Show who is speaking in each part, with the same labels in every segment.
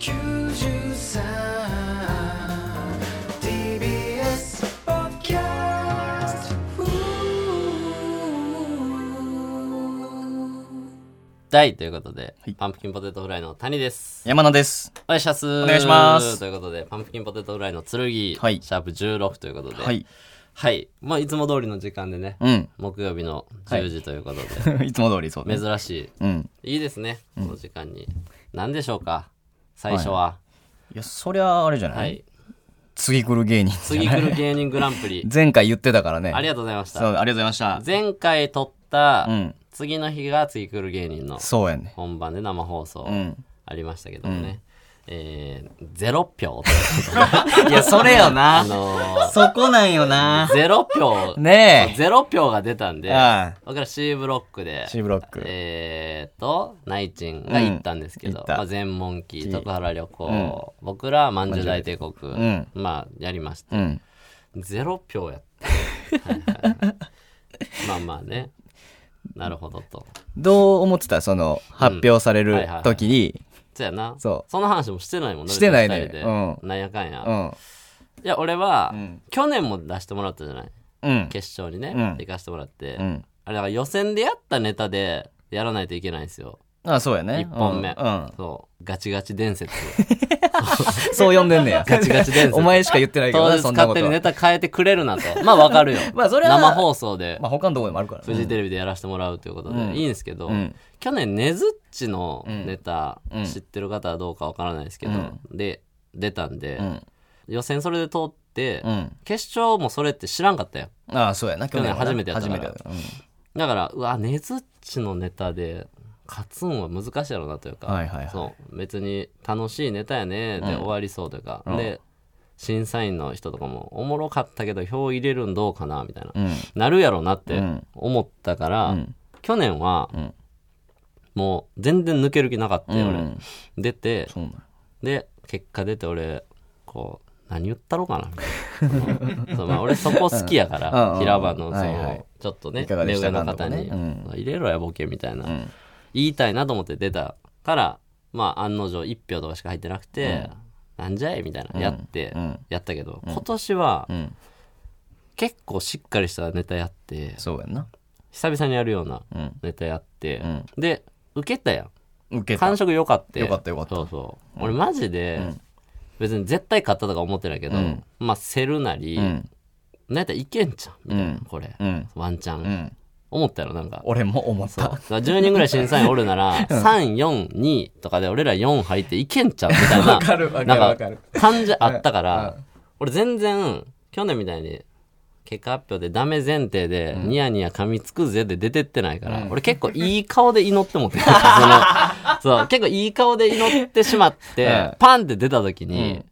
Speaker 1: 93 TBS ポッドキャスト
Speaker 2: 第ということで、
Speaker 3: はい
Speaker 2: パンプキンポテトフライの谷です。
Speaker 3: 山名です。
Speaker 2: お願いします。お
Speaker 3: 願いします
Speaker 2: ということで、パンプキンポテトフライの剣、
Speaker 3: はい
Speaker 2: シャープ16ということで、
Speaker 3: は。い。
Speaker 2: はい。まあ、いつも通りの時間でね、
Speaker 3: うん。
Speaker 2: 木曜日の
Speaker 3: はい
Speaker 2: 10時ということで、
Speaker 3: いつも通りそうね。
Speaker 2: 珍し
Speaker 3: うん。
Speaker 2: い。いいですね、この時間に。何でしょうか最初は、
Speaker 3: いや、そりゃあれじゃ
Speaker 2: はい、
Speaker 3: ない、次来る芸人じゃ
Speaker 2: 次
Speaker 3: ない
Speaker 2: 来る芸人グランプリ。
Speaker 3: 前回言ってたからね。
Speaker 2: あり
Speaker 3: が
Speaker 2: がとうございまし
Speaker 3: そう、あ
Speaker 2: た。
Speaker 3: りがとうございました。
Speaker 2: 前回撮った、
Speaker 3: うん。
Speaker 2: 次の日が次来る芸人の
Speaker 3: そうやね。
Speaker 2: 本番で生放送
Speaker 3: うん。
Speaker 2: ありましたけどもね、えー、ゼロ票と
Speaker 3: いや、それよ
Speaker 2: あ
Speaker 3: な。
Speaker 2: の
Speaker 3: そこなんよな。
Speaker 2: ー、ゼロ票、
Speaker 3: ね
Speaker 2: ゼロ票が出たん
Speaker 3: え。
Speaker 2: で、
Speaker 3: あ
Speaker 2: 僕ら C ブロックで
Speaker 3: あ、、C ブロック。
Speaker 2: えーと、ナイチンが行ったんですけ
Speaker 3: うん行
Speaker 2: ど
Speaker 3: っ、た
Speaker 2: まあ、全問期、徳原旅行、僕らは万十大帝国、
Speaker 3: ん
Speaker 2: まあ、やりまし
Speaker 3: う
Speaker 2: た。
Speaker 3: ん。
Speaker 2: ゼロ票やっ た。はいはいはいまあまあね、なるほどと。
Speaker 3: どう思ってたその、発表され
Speaker 2: うんはい
Speaker 3: る
Speaker 2: はいはい
Speaker 3: 時に。
Speaker 2: そうやな。
Speaker 3: そ
Speaker 2: んな話もしてないもん
Speaker 3: してないね
Speaker 2: 別に二人で
Speaker 3: う
Speaker 2: なんやかんや。
Speaker 3: うん。
Speaker 2: いや、俺は、
Speaker 3: ん
Speaker 2: 去年も出してもらったじゃない
Speaker 3: うん。
Speaker 2: 決勝にね、
Speaker 3: うん
Speaker 2: 行かしてもらって、
Speaker 3: うん。
Speaker 2: あれだから予選でやったネタでやらないといけないんですよ
Speaker 3: あそうやね。
Speaker 2: 一本目
Speaker 3: うんうん。
Speaker 2: そうガチガチ伝説
Speaker 3: そう呼んでんねや。
Speaker 2: ガチガチ伝説
Speaker 3: お前しか言ってないけど
Speaker 2: 当
Speaker 3: な、
Speaker 2: 日
Speaker 3: そんな
Speaker 2: 勝
Speaker 3: こと
Speaker 2: 手にネ
Speaker 3: は。
Speaker 2: タ変えてくれるなとまあわかるよ
Speaker 3: まあそれは
Speaker 2: 生放送で
Speaker 3: まあ他のとこでもあるから
Speaker 2: フ
Speaker 3: ね。
Speaker 2: ジテレビでやらせてもらうということで、
Speaker 3: うん
Speaker 2: いいんですけど、
Speaker 3: うん。
Speaker 2: 去年ねずっちのネタ、
Speaker 3: うん
Speaker 2: 知ってる方はどうかわからないですけど、
Speaker 3: うん
Speaker 2: で出たんで、
Speaker 3: うん。
Speaker 2: 予選それで通って、
Speaker 3: うん。
Speaker 2: 決勝もそれって知らんかったよ
Speaker 3: ああ、そうやな。去年はな
Speaker 2: 去年初めてやったから
Speaker 3: 初めてやった
Speaker 2: だからうわねずっちのネタで勝つんは難しいやろうなというか、
Speaker 3: うんはいはいはい。
Speaker 2: そう別に楽しいネタやねで終わりそうというか、
Speaker 3: うん
Speaker 2: で審査員の人とかもおもろかったけど票入れるんどうかなみたいな、
Speaker 3: うん。
Speaker 2: なるやろなっ
Speaker 3: う
Speaker 2: て
Speaker 3: ん
Speaker 2: 思ったから、
Speaker 3: うん
Speaker 2: 去年は
Speaker 3: うん
Speaker 2: もう全然抜ける気なかった
Speaker 3: う
Speaker 2: よ、
Speaker 3: ん。
Speaker 2: 俺出て
Speaker 3: そうなんや
Speaker 2: で結果出て俺こう何言ったろうかなみたいな そうまあ俺そこ好きやか
Speaker 3: うんうんう
Speaker 2: ら平
Speaker 3: ん
Speaker 2: 場のその、
Speaker 3: はいはい
Speaker 2: ちょっとね
Speaker 3: いかがで
Speaker 2: 目
Speaker 3: し
Speaker 2: 上
Speaker 3: たか
Speaker 2: の方に、
Speaker 3: とかねうん
Speaker 2: 入れろやボケみたいな、
Speaker 3: ん
Speaker 2: 言いたいなと思って出たからまあ案の定1票とかしか入ってなくて、なんじゃいみたいなやって、
Speaker 3: うん
Speaker 2: やったけど今年は
Speaker 3: うん。
Speaker 2: 結構しっかりしたネタやって
Speaker 3: そうやんな。
Speaker 2: 久々にやるような
Speaker 3: うん。
Speaker 2: ネタやって、
Speaker 3: うん
Speaker 2: で受けたやん
Speaker 3: 受けた。
Speaker 2: 感触良かった
Speaker 3: よかったよかった
Speaker 2: そうそう、俺マジで、別に絶対勝ったとか思ってないけど、
Speaker 3: うん
Speaker 2: まあせるなり、
Speaker 3: う
Speaker 2: なん
Speaker 3: ん。
Speaker 2: やったらいけんちゃんみたいな、
Speaker 3: うん
Speaker 2: これ、
Speaker 3: うん。
Speaker 2: ワンチャン、
Speaker 3: うん。
Speaker 2: 思ったやろなんか
Speaker 3: 俺も思っ
Speaker 2: そうだ
Speaker 3: た。
Speaker 2: から10人ぐらい審査員おるなら、342とかで俺ら4入っていけんちゃうみたいな
Speaker 3: る わ
Speaker 2: なんか感じあったから
Speaker 3: う
Speaker 2: 俺全然去年みたいに結果発表でダメ前提でニヤニヤ噛みつくぜで出てってないから、俺結構いい顔で祈ってもってるその そう結構いい顔で祈ってしまって、
Speaker 3: うん
Speaker 2: パンって出た時に、
Speaker 3: うん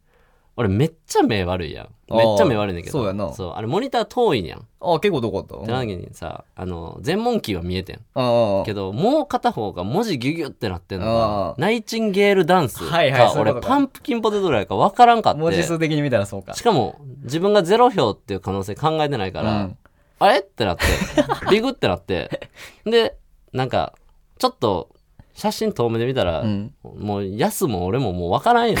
Speaker 2: 俺めっちゃ目悪いやんめっちゃ目悪いんだけど
Speaker 3: そうやな
Speaker 2: そうあれモニター遠いんやんっ
Speaker 3: あ、結構どこだった
Speaker 2: てな時にさあの全問キーは見えてん
Speaker 3: ああ。
Speaker 2: けどもう片方が文字ギュギュってなってんの
Speaker 3: あ
Speaker 2: が
Speaker 3: ー
Speaker 2: ナイチンゲールダンスか、
Speaker 3: はいはいそういう
Speaker 2: 俺
Speaker 3: ことか
Speaker 2: パンプキンポテトフライか分からんかっ
Speaker 3: 文字
Speaker 2: て
Speaker 3: 数的に見たらそうか
Speaker 2: し。かも自分がゼロ票っていう可能性考えてないから、
Speaker 3: うん
Speaker 2: あれって なってビグってなってでなんかちょっと写真遠目で見たら、
Speaker 3: うん
Speaker 2: もうヤスも俺ももう分 からんよ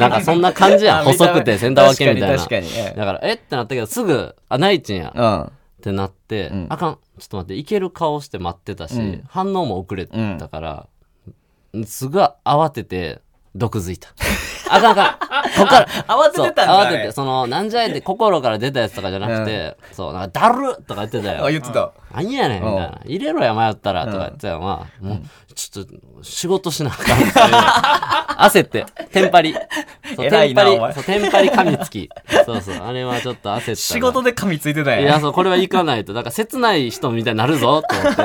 Speaker 2: なんかそんな感じやん
Speaker 3: あ見た
Speaker 2: 細くてセンター分けみたいな
Speaker 3: 確かに確かに。
Speaker 2: だからえってなったけどすぐあナイチンや、
Speaker 3: うん。
Speaker 2: ってなって、
Speaker 3: うん
Speaker 2: あかんちょっと待っていける顔して待ってたし、
Speaker 3: うん
Speaker 2: 反応も遅れたから、すごい慌てて毒づいたあかんあかんこっから
Speaker 3: 慌
Speaker 2: そう
Speaker 3: だ
Speaker 2: 慌ててそのなんじゃいって心から出たやつとかじゃなくて、そうなんかだるっとか言ってた
Speaker 3: あ、
Speaker 2: よ
Speaker 3: 言ってた。
Speaker 2: 何やねんみたいな入れろや迷ったらとか言ってたよ、まあもうちょっと仕事しなあかんっていう焦ってテンパリそう
Speaker 3: 偉
Speaker 2: テン
Speaker 3: い
Speaker 2: パ
Speaker 3: な
Speaker 2: リ
Speaker 3: お前
Speaker 2: そうテンパリ噛みつきそうそうあれはちょっと焦ったな
Speaker 3: 仕事で噛みついてたん
Speaker 2: い
Speaker 3: や
Speaker 2: や、そう、これは行かないと。だから、切ない人みたいになるぞ、と思 って。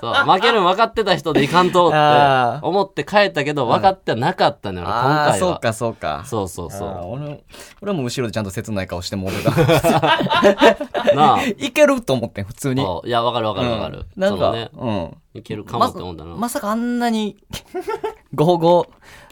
Speaker 2: そう、負けるの分かってた人で行かんと、
Speaker 3: あ
Speaker 2: っ
Speaker 3: ー
Speaker 2: て思って帰ったけど、分かってはなかったのよ、今
Speaker 3: ああ、
Speaker 2: 回
Speaker 3: そう
Speaker 2: は。
Speaker 3: かそうか。
Speaker 2: そうそうそ
Speaker 3: あー
Speaker 2: う。
Speaker 3: 俺俺はもう後ろでちゃんと切ない顔してもう てた。
Speaker 2: なあ。
Speaker 3: いけると思ってん、普通 に。
Speaker 2: そういや、分かる分かる分かる。
Speaker 3: うんな
Speaker 2: そ
Speaker 3: ん
Speaker 2: の
Speaker 3: か、
Speaker 2: ね、
Speaker 3: うん。
Speaker 2: いけるかもって思った
Speaker 3: ま
Speaker 2: の。
Speaker 3: さまさかあんなに午後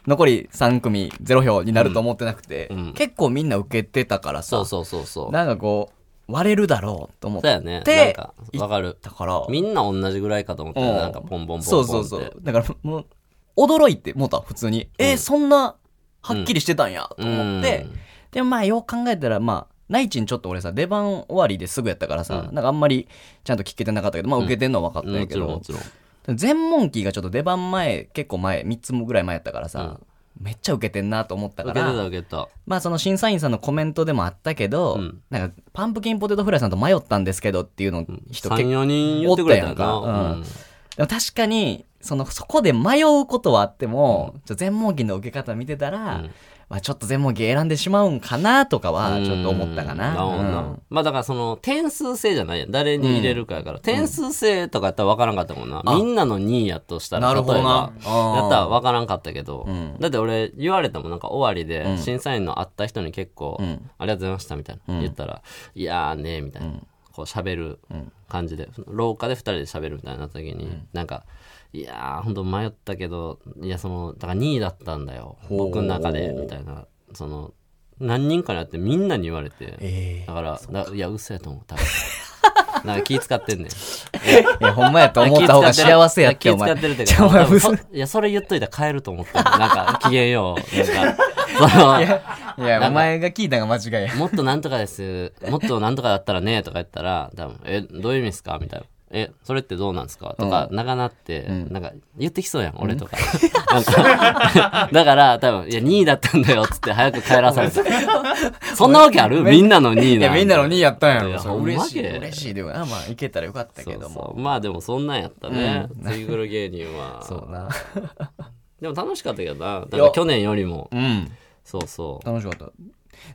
Speaker 3: 残り3組0票になると思ってなくて、
Speaker 2: うんうん
Speaker 3: 結構みんな受けてたからさ
Speaker 2: そうそうそうそう。
Speaker 3: なんかこう割れるだろうと思
Speaker 2: そ
Speaker 3: っ
Speaker 2: う
Speaker 3: て
Speaker 2: やね。
Speaker 3: で
Speaker 2: なんか、分かる。
Speaker 3: たから
Speaker 2: みんな同じぐらいかと思った
Speaker 3: う
Speaker 2: ら、
Speaker 3: ん
Speaker 2: なんか、ポンポンポンポンって。
Speaker 3: そうそうそうだからもう驚いてもうた普通に、えーそんなはっきりしてたんや、と思って、
Speaker 2: うん
Speaker 3: でもまあよう考えたらまあナイチンちょっと俺さ出番終わりですぐやったからさ、なんかあんまりちゃんと聞けてなかったけどまあ受けてんのは分かったん
Speaker 2: も
Speaker 3: やけ
Speaker 2: ちろんも
Speaker 3: ど、
Speaker 2: ちろん
Speaker 3: 全問キーがちょっと出番前結構前3つもぐらい前やったからさ、めっちゃ受けてんなと思った
Speaker 2: 受
Speaker 3: か
Speaker 2: けて
Speaker 3: ら
Speaker 2: た受けてた
Speaker 3: まあその審査員さんのコメントでもあったけど、
Speaker 2: うん
Speaker 3: なんかパンプキンポテトフライさんと迷ったんですけどっていうの人結構、
Speaker 2: 34人言ってくれたよな
Speaker 3: おったやんかうん
Speaker 2: うん
Speaker 3: でも確かにそのそこで迷うことはあっても、ちょっと全問金の受け方見てたら、
Speaker 2: うん
Speaker 3: まあ、ちょっと全問金選んでしまうんかなとかはちょっと思ったか
Speaker 2: うん
Speaker 3: な。
Speaker 2: るほど
Speaker 3: うん
Speaker 2: なまあだからその点数制じゃないやん誰に入れるかやから、点数制とかやったら分からんかったもんな、みんなの2位やとしたら
Speaker 3: なるほどな
Speaker 2: 例えば
Speaker 3: うん
Speaker 2: やったら分からんかったけど、
Speaker 3: ん
Speaker 2: だって俺言われたもんなんか終わりで
Speaker 3: ん
Speaker 2: 審査員の会った人に結構、
Speaker 3: ん
Speaker 2: ありがとうございました」みたいな、言ったら「いやーね」みたいな、こう喋る感じで廊下で2人で喋るみたいになった時に、なんか「いやーほんと迷ったけどいやそのだから2位だったんだよ
Speaker 3: う
Speaker 2: 僕の中で」みたいなその何人かに会ってみんなに言われて、
Speaker 3: え
Speaker 2: だからだいや嘘やと思う多 分なんか気使ってんねん
Speaker 3: いやほんまやと思った方が幸せやってお前。
Speaker 2: 気使ってるって
Speaker 3: じゃあお前嘘
Speaker 2: いやそれ言っといたら帰ると思ってんねんなんか機嫌ようなんかその
Speaker 3: いや、お前が聞いたのが間違いや。
Speaker 2: もっとなんとかです。もっとなんとかだったらね、とか言ったら、多分え、どういう意味ですかみたいな。え、それってどうなんですかとか、長なって、なんか、言ってきそうやん、俺とか。なんか、 だから、多分いや、2位だったんだよ、つって早く帰らされた。 そんなわけあるみんなの2位
Speaker 3: い
Speaker 2: な
Speaker 3: や、みんなの2位やったん
Speaker 2: い
Speaker 3: や
Speaker 2: や
Speaker 3: ろ。そう嬉し
Speaker 2: ほ
Speaker 3: い。
Speaker 2: んまけ
Speaker 3: 嬉しいでもな。まあ、いけたらよかった
Speaker 2: そ
Speaker 3: け
Speaker 2: う
Speaker 3: ども。
Speaker 2: そう。まあでも、そんなんやったね。ツイグル芸人は。
Speaker 3: そうな。
Speaker 2: でも楽しかったけどな。だから去年よりも
Speaker 3: う。ん。
Speaker 2: そうそう。
Speaker 3: 楽しかった。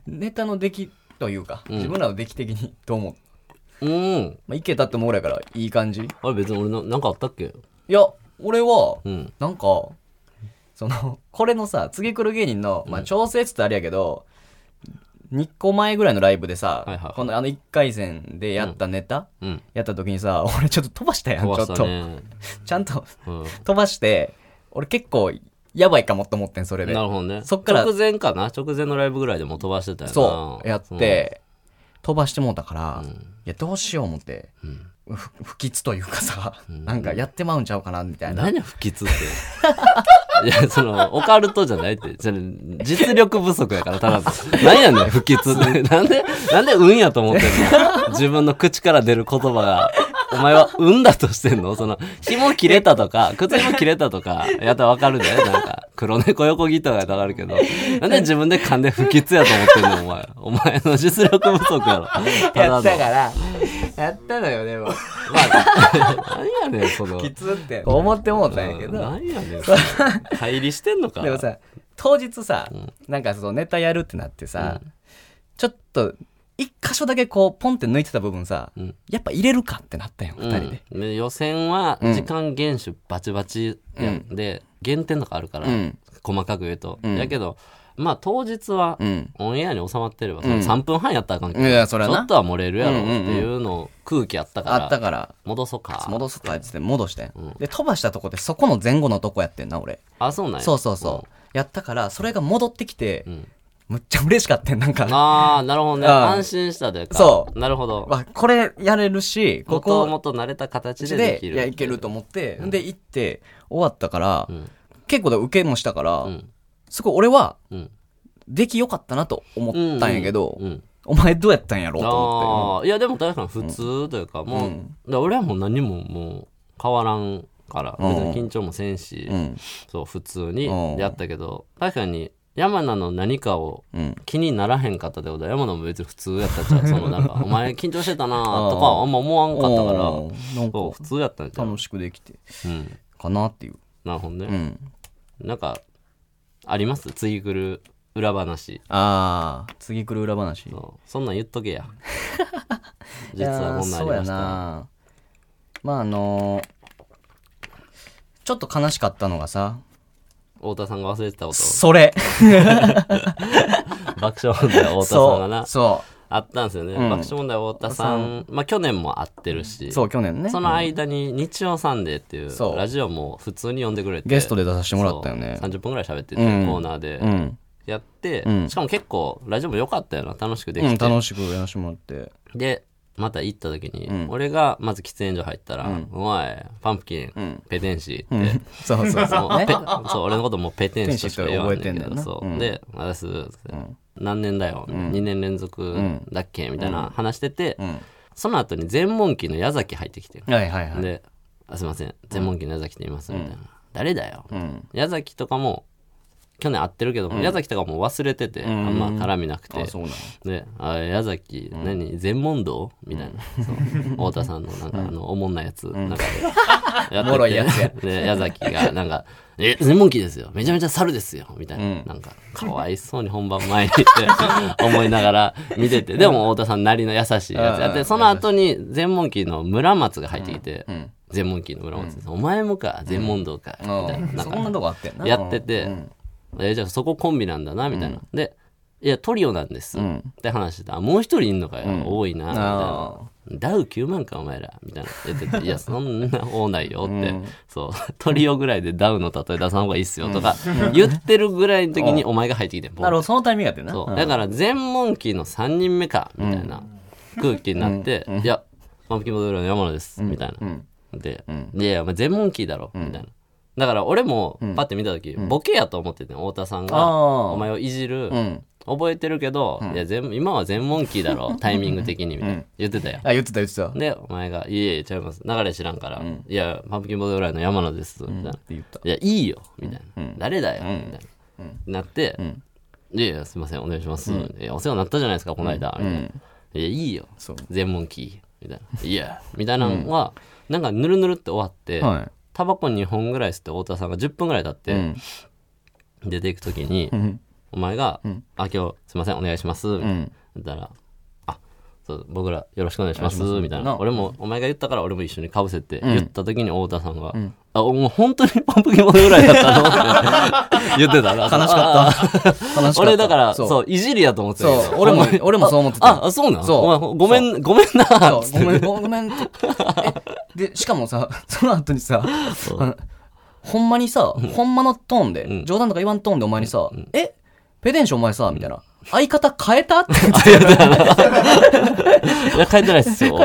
Speaker 3: ネタの出来というか、自分らの出来的にどう思う
Speaker 2: うん。
Speaker 3: まあ、いけたっても俺やから、いい感じい
Speaker 2: あれ、別に俺の、なんかあったっけ
Speaker 3: や、俺は
Speaker 2: う、ん。
Speaker 3: なんか、その、これのさ、次来る芸人の、まあ、調整っつってあれやけど、2個前ぐらいのライブでさ
Speaker 2: はいはい、
Speaker 3: このあの1回戦でやったネタ
Speaker 2: うん。
Speaker 3: やった時にさ、俺ちょっと飛ばしたやん、ちょ
Speaker 2: 壊
Speaker 3: っ
Speaker 2: した
Speaker 3: と。
Speaker 2: ね。
Speaker 3: ちゃんと
Speaker 2: うん。
Speaker 3: 飛ばして、俺結構やばいかもって思ってん、それで。
Speaker 2: なるほどね。
Speaker 3: そっから
Speaker 2: 直前かな直前のライブぐらいでもう飛ばしてたよな。
Speaker 3: そう、やって、飛ばしてもうたから、いや、どうしよう思って、ふ不吉というかさ、なんかやってまうんちゃうかな、みた
Speaker 2: う
Speaker 3: い
Speaker 2: ん。
Speaker 3: な。
Speaker 2: 何不吉って。 いや、その、オカルトじゃないって。それ実力不足やから、 ただ、なんやねん、不吉って。なんで、なんで運やと思ってん の自分の口から出る言葉が。お前は運だとしてんのその、紐切れたと か、靴紐切れたとか、やったらわかるで、なんか、黒猫横ギターやったらわかるけど、なんで自分で噛んで不吉やと思ってんのお前。お前の実力不足やろ。ただ
Speaker 3: や
Speaker 2: の
Speaker 3: ったから、やったのよ、でも。
Speaker 2: まあ、なんやねん、そ の。
Speaker 3: きつって思ってもうたんやけど。
Speaker 2: なんやねん、そ の入りしてんのか。
Speaker 3: でもさ、当日さ、なんかそのネタやるってなってさ、ちょっと、一箇所だけこう、ポンって抜いてた部分さ、
Speaker 2: ん
Speaker 3: やっぱ入れるかってなったよ、
Speaker 2: う
Speaker 3: 二
Speaker 2: ん、
Speaker 3: 人で。
Speaker 2: で予選は時間厳守バチバチや、
Speaker 3: うん
Speaker 2: で、減点とかあるから、
Speaker 3: うん
Speaker 2: 細かく言うと。
Speaker 3: ん
Speaker 2: やけど、まあ当日は、
Speaker 3: ん
Speaker 2: オンエアに収まってれば、その3分半やったらあかんけど、
Speaker 3: いやそれは
Speaker 2: ち
Speaker 3: な
Speaker 2: ょっとは漏れるやろっ
Speaker 3: うんうんうん
Speaker 2: ていうのを空気あったから、
Speaker 3: あったから、
Speaker 2: 戻そうか。
Speaker 3: 戻すとか言ってて戻してん、で、飛ばしたとこでそこの前後のとこやってんな、俺。
Speaker 2: あ、そうなんや。
Speaker 3: そうそうそう。やったから、それが戻ってきて、
Speaker 2: ん
Speaker 3: むっちゃ嬉しかったよなんか。
Speaker 2: ああ、なるほどね。
Speaker 3: うん
Speaker 2: 安心したというか。。
Speaker 3: そう
Speaker 2: なるほど。
Speaker 3: わこれやれるし、こ
Speaker 2: ここ
Speaker 3: こ、
Speaker 2: もっと慣れた形でで
Speaker 3: で
Speaker 2: きる。
Speaker 3: いやいけると思って、で行って終わったから、
Speaker 2: ん
Speaker 3: 結構で受けもしたから、
Speaker 2: ん
Speaker 3: すごい俺は
Speaker 2: うん。
Speaker 3: 出来良かったなと思ったんやけど、
Speaker 2: うんうんうん
Speaker 3: お前どうやったんやろうと思っ
Speaker 2: ああーいやでも確かに普通というか、もう、だから俺はもう何ももう変わらんから、
Speaker 3: ん
Speaker 2: 別に緊張もせんし、
Speaker 3: て、うん
Speaker 2: そう普通に
Speaker 3: うん
Speaker 2: やったけど、確かに山名の何かを
Speaker 3: うん
Speaker 2: 気にならへんかったってことは山名も別に普通やったじゃんそのなん か「お前緊張してたな」とかあんま思わんかったから、
Speaker 3: うんなん
Speaker 2: そう
Speaker 3: か
Speaker 2: 普通やったんじゃん、
Speaker 3: 楽しくできて
Speaker 2: うん、
Speaker 3: かなっていう、
Speaker 2: なるほど
Speaker 3: う
Speaker 2: ね、
Speaker 3: ん、
Speaker 2: なんかあります次来る裏話
Speaker 3: ああ次来る裏話
Speaker 2: そうそんなん言っとけ や実はこんなんあり
Speaker 3: いやー
Speaker 2: まし
Speaker 3: そうや
Speaker 2: た
Speaker 3: なまああのーちょっと悲しかったのがさ
Speaker 2: 太田さんが忘れてたこと
Speaker 3: それ
Speaker 2: 爆笑問題太田さんが
Speaker 3: そう
Speaker 2: な
Speaker 3: そ
Speaker 2: あったんですよね、
Speaker 3: ん
Speaker 2: 爆笑問題太田さんまあ去年も会ってるし
Speaker 3: うそう去年ね
Speaker 2: その間に「日曜サンデー」っていう
Speaker 3: そう
Speaker 2: ラジオも普通に呼んでくれて
Speaker 3: ゲストで出させてもらったよね
Speaker 2: そう30分ぐらい喋ってて、
Speaker 3: うん
Speaker 2: コーナーで
Speaker 3: うん
Speaker 2: やって、
Speaker 3: うん
Speaker 2: しかも結構ラジオも良かったよな楽しくで
Speaker 3: う
Speaker 2: き
Speaker 3: ん、
Speaker 2: て、
Speaker 3: 楽しくやらせてもらって。
Speaker 2: でまた行った時に、
Speaker 3: ん
Speaker 2: 俺がまず喫煙所入ったら、
Speaker 3: うん
Speaker 2: お前、パンプキン、
Speaker 3: うん
Speaker 2: ペテンシー
Speaker 3: う
Speaker 2: っ
Speaker 3: ん
Speaker 2: て、
Speaker 3: そうそう
Speaker 2: も
Speaker 3: そう うね
Speaker 2: ペそう俺のこともうペテン師としか言わんねんけ
Speaker 3: ペテ
Speaker 2: ど
Speaker 3: ン師と
Speaker 2: そ
Speaker 3: 覚えてんねん
Speaker 2: う、
Speaker 3: なうん
Speaker 2: で「私、何年だよ、2年連続だっけ?」みたいな話してて、
Speaker 3: ん
Speaker 2: その後に全問記の矢崎入ってきて、
Speaker 3: はいはいはい
Speaker 2: であ「すいません全問記の矢崎と言います」みたいな「誰だよ、
Speaker 3: うん
Speaker 2: 矢崎とかも去年会ってるけど、矢崎とかもう忘れてて、あんま絡みなくて
Speaker 3: あそうなの
Speaker 2: で「あ矢崎、何全問答?」みたいな、そう太田さんのなんか、あのおもんなやつ、 なんかでやってて
Speaker 3: おもろいやつや
Speaker 2: で矢崎がなんか「え全問記ですよめちゃめちゃ猿ですよ」みたいな、
Speaker 3: うん
Speaker 2: なんかかわいそうに本番前にって 思いながら見ててでも太田さんなりの優しいやつやっ
Speaker 3: うん
Speaker 2: てその後に全問記の村松が入ってきて
Speaker 3: うんうん
Speaker 2: 「全問記の村松ですお前もか全問答か」みたいな
Speaker 3: うん
Speaker 2: なん
Speaker 3: そ
Speaker 2: か
Speaker 3: んなとこあってんな
Speaker 2: やってて、
Speaker 3: うん
Speaker 2: えじゃあそこコンビなんだなみたいな、でいやトリオなんです、
Speaker 3: うん
Speaker 2: って話してたあもう一人いんのかよ、多いなみたい
Speaker 3: あ
Speaker 2: なダウ9万かお前らみたいな言って て「いやそんな多ないよ」って、そうトリオぐらいでダウの例え出さん方がいいっすよとか言ってるぐらいの時にお前が入ってきてボン
Speaker 3: なるほどそのタイミングやってんな
Speaker 2: そううんだから全問期の3人目かみたいな空気になって「いやマンプキンボドルの山野です」みたいな、
Speaker 3: うん
Speaker 2: で、いやいや、お前全問キーだろ、みたいな。だから俺も、パッて見た時、ボケやと思ってて、太田さん
Speaker 3: あ
Speaker 2: が、
Speaker 3: ー
Speaker 2: お前をいじる、
Speaker 3: ん
Speaker 2: 覚えてるけど、いや、全今は全問キーだ ろ、タイミング的に、みたいな。言ってたよ。
Speaker 3: あ言ってた言ってた
Speaker 2: で、お前が、いやいや、ちゃいます。流れ知らんから、いや、パンプキンボードぐらいの山野です、みたいな。
Speaker 3: 言った
Speaker 2: いや、いいよ、みたいな。誰だよ、みたいな。なって、いやいや、すいません、お願いします。いやお世話になったじゃないですか、この間、みたいな。いや、いいよ
Speaker 3: そう、
Speaker 2: 全問キー、みたいな。いや、みたいなのは、なんか、ぬるぬるって終わって、
Speaker 3: はい
Speaker 2: タバコ2本ぐらい吸って、太田さんが10分ぐらい経って、出ていくときに、お前が、あ、今日、すいません、お願いします、みたいな。言ったら、あ、そう、僕らよろしくお願いします、みたい
Speaker 3: な
Speaker 2: な。俺も、お前が言ったから俺も一緒にかぶせて、言った時に太田さんが、あ、もう本当にパンプキンモノぐらいだったのって 言ってたら。悲
Speaker 3: 悲しかった悲しかった
Speaker 2: 俺だから、そう、
Speaker 3: そう
Speaker 2: いじりやと思ってたけど
Speaker 3: そう俺も
Speaker 2: お前
Speaker 3: 俺もそう思ってた
Speaker 2: あ、あそうなん
Speaker 3: そう
Speaker 2: お前ごめん、ごめんな
Speaker 3: そ
Speaker 2: っつっ
Speaker 3: う
Speaker 2: て。
Speaker 3: ごめんごごめんえでしかもさその後にさあのほんまにさ、ほんまのトーンで、
Speaker 2: ん
Speaker 3: 冗談とか言わんトーンでお前にさ、えペデンションお前さ、みたいな。相方変えたって言って
Speaker 2: いや、帰ってないっす よ。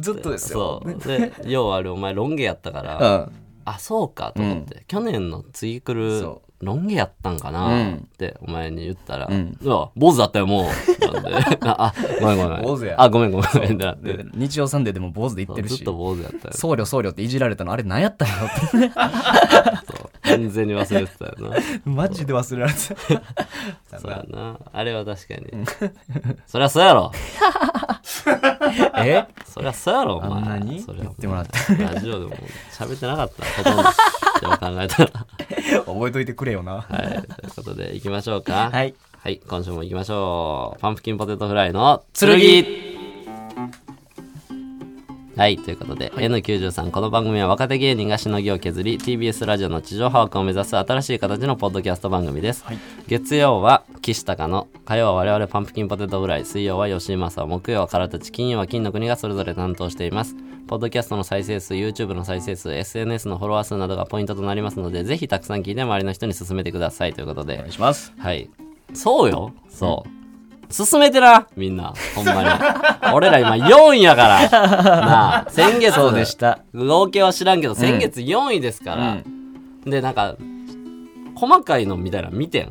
Speaker 3: ずっとですよ。
Speaker 2: そう。で、要はあれ、お前ロン毛やったから、
Speaker 3: うん。
Speaker 2: あそうかと思って、去年のツイクル
Speaker 3: そ
Speaker 2: ロン毛やったんか
Speaker 3: う
Speaker 2: なんってお前に言ったら「
Speaker 3: ん
Speaker 2: うわ坊主だったよもう」 なんで「あごめんごめん」
Speaker 3: 坊主や
Speaker 2: あごめんごめん」ってなっ
Speaker 3: で
Speaker 2: て
Speaker 3: 日曜サンデーでも坊主で言ってる
Speaker 2: ずっ
Speaker 3: し
Speaker 2: と、坊主やったよ
Speaker 3: 僧侶僧侶っていじられたの、あれ何やったんやろって。
Speaker 2: 完全に忘れてた よな
Speaker 3: マジで忘れられてた。
Speaker 2: そうやなあれは確かにそりゃそうやろ
Speaker 3: え
Speaker 2: そりゃそうやろお前
Speaker 3: あんなに
Speaker 2: そりゃ
Speaker 3: 言ってもらって。
Speaker 2: ラジオでも喋ってなかったほとんどでも考えたら
Speaker 3: 覚えといてくれよな。
Speaker 2: はいということで行きましょうか
Speaker 3: はい
Speaker 2: はい今週も行きましょうパンプキンポテトフライの剣
Speaker 3: 剣
Speaker 2: はい、ということで、N93、この番組は若手芸人がしのぎを削り、TBS ラジオの地上把握を目指す新しい形のポッドキャスト番組です。月曜は岸高の、火曜は我々パンプキンポテトフライ、水曜は吉井正雄、木曜は空たち、金曜は金の国がそれぞれ担当しています。ポッドキャストの再生数、YouTube の再生数、SNS のフォロワー数などがポイントとなりますので、ぜひたくさん聞いて周りの人に勧めてくださいということで
Speaker 3: お願、いします。
Speaker 2: はい。そうよ。そう。進めてな、みんな。ほんまに。 俺ら今4位やから。なあ、先月
Speaker 3: そうでした。
Speaker 2: 合計は知らんけど、先月4位ですから。で、なんか、細かいのみたいなの見てん。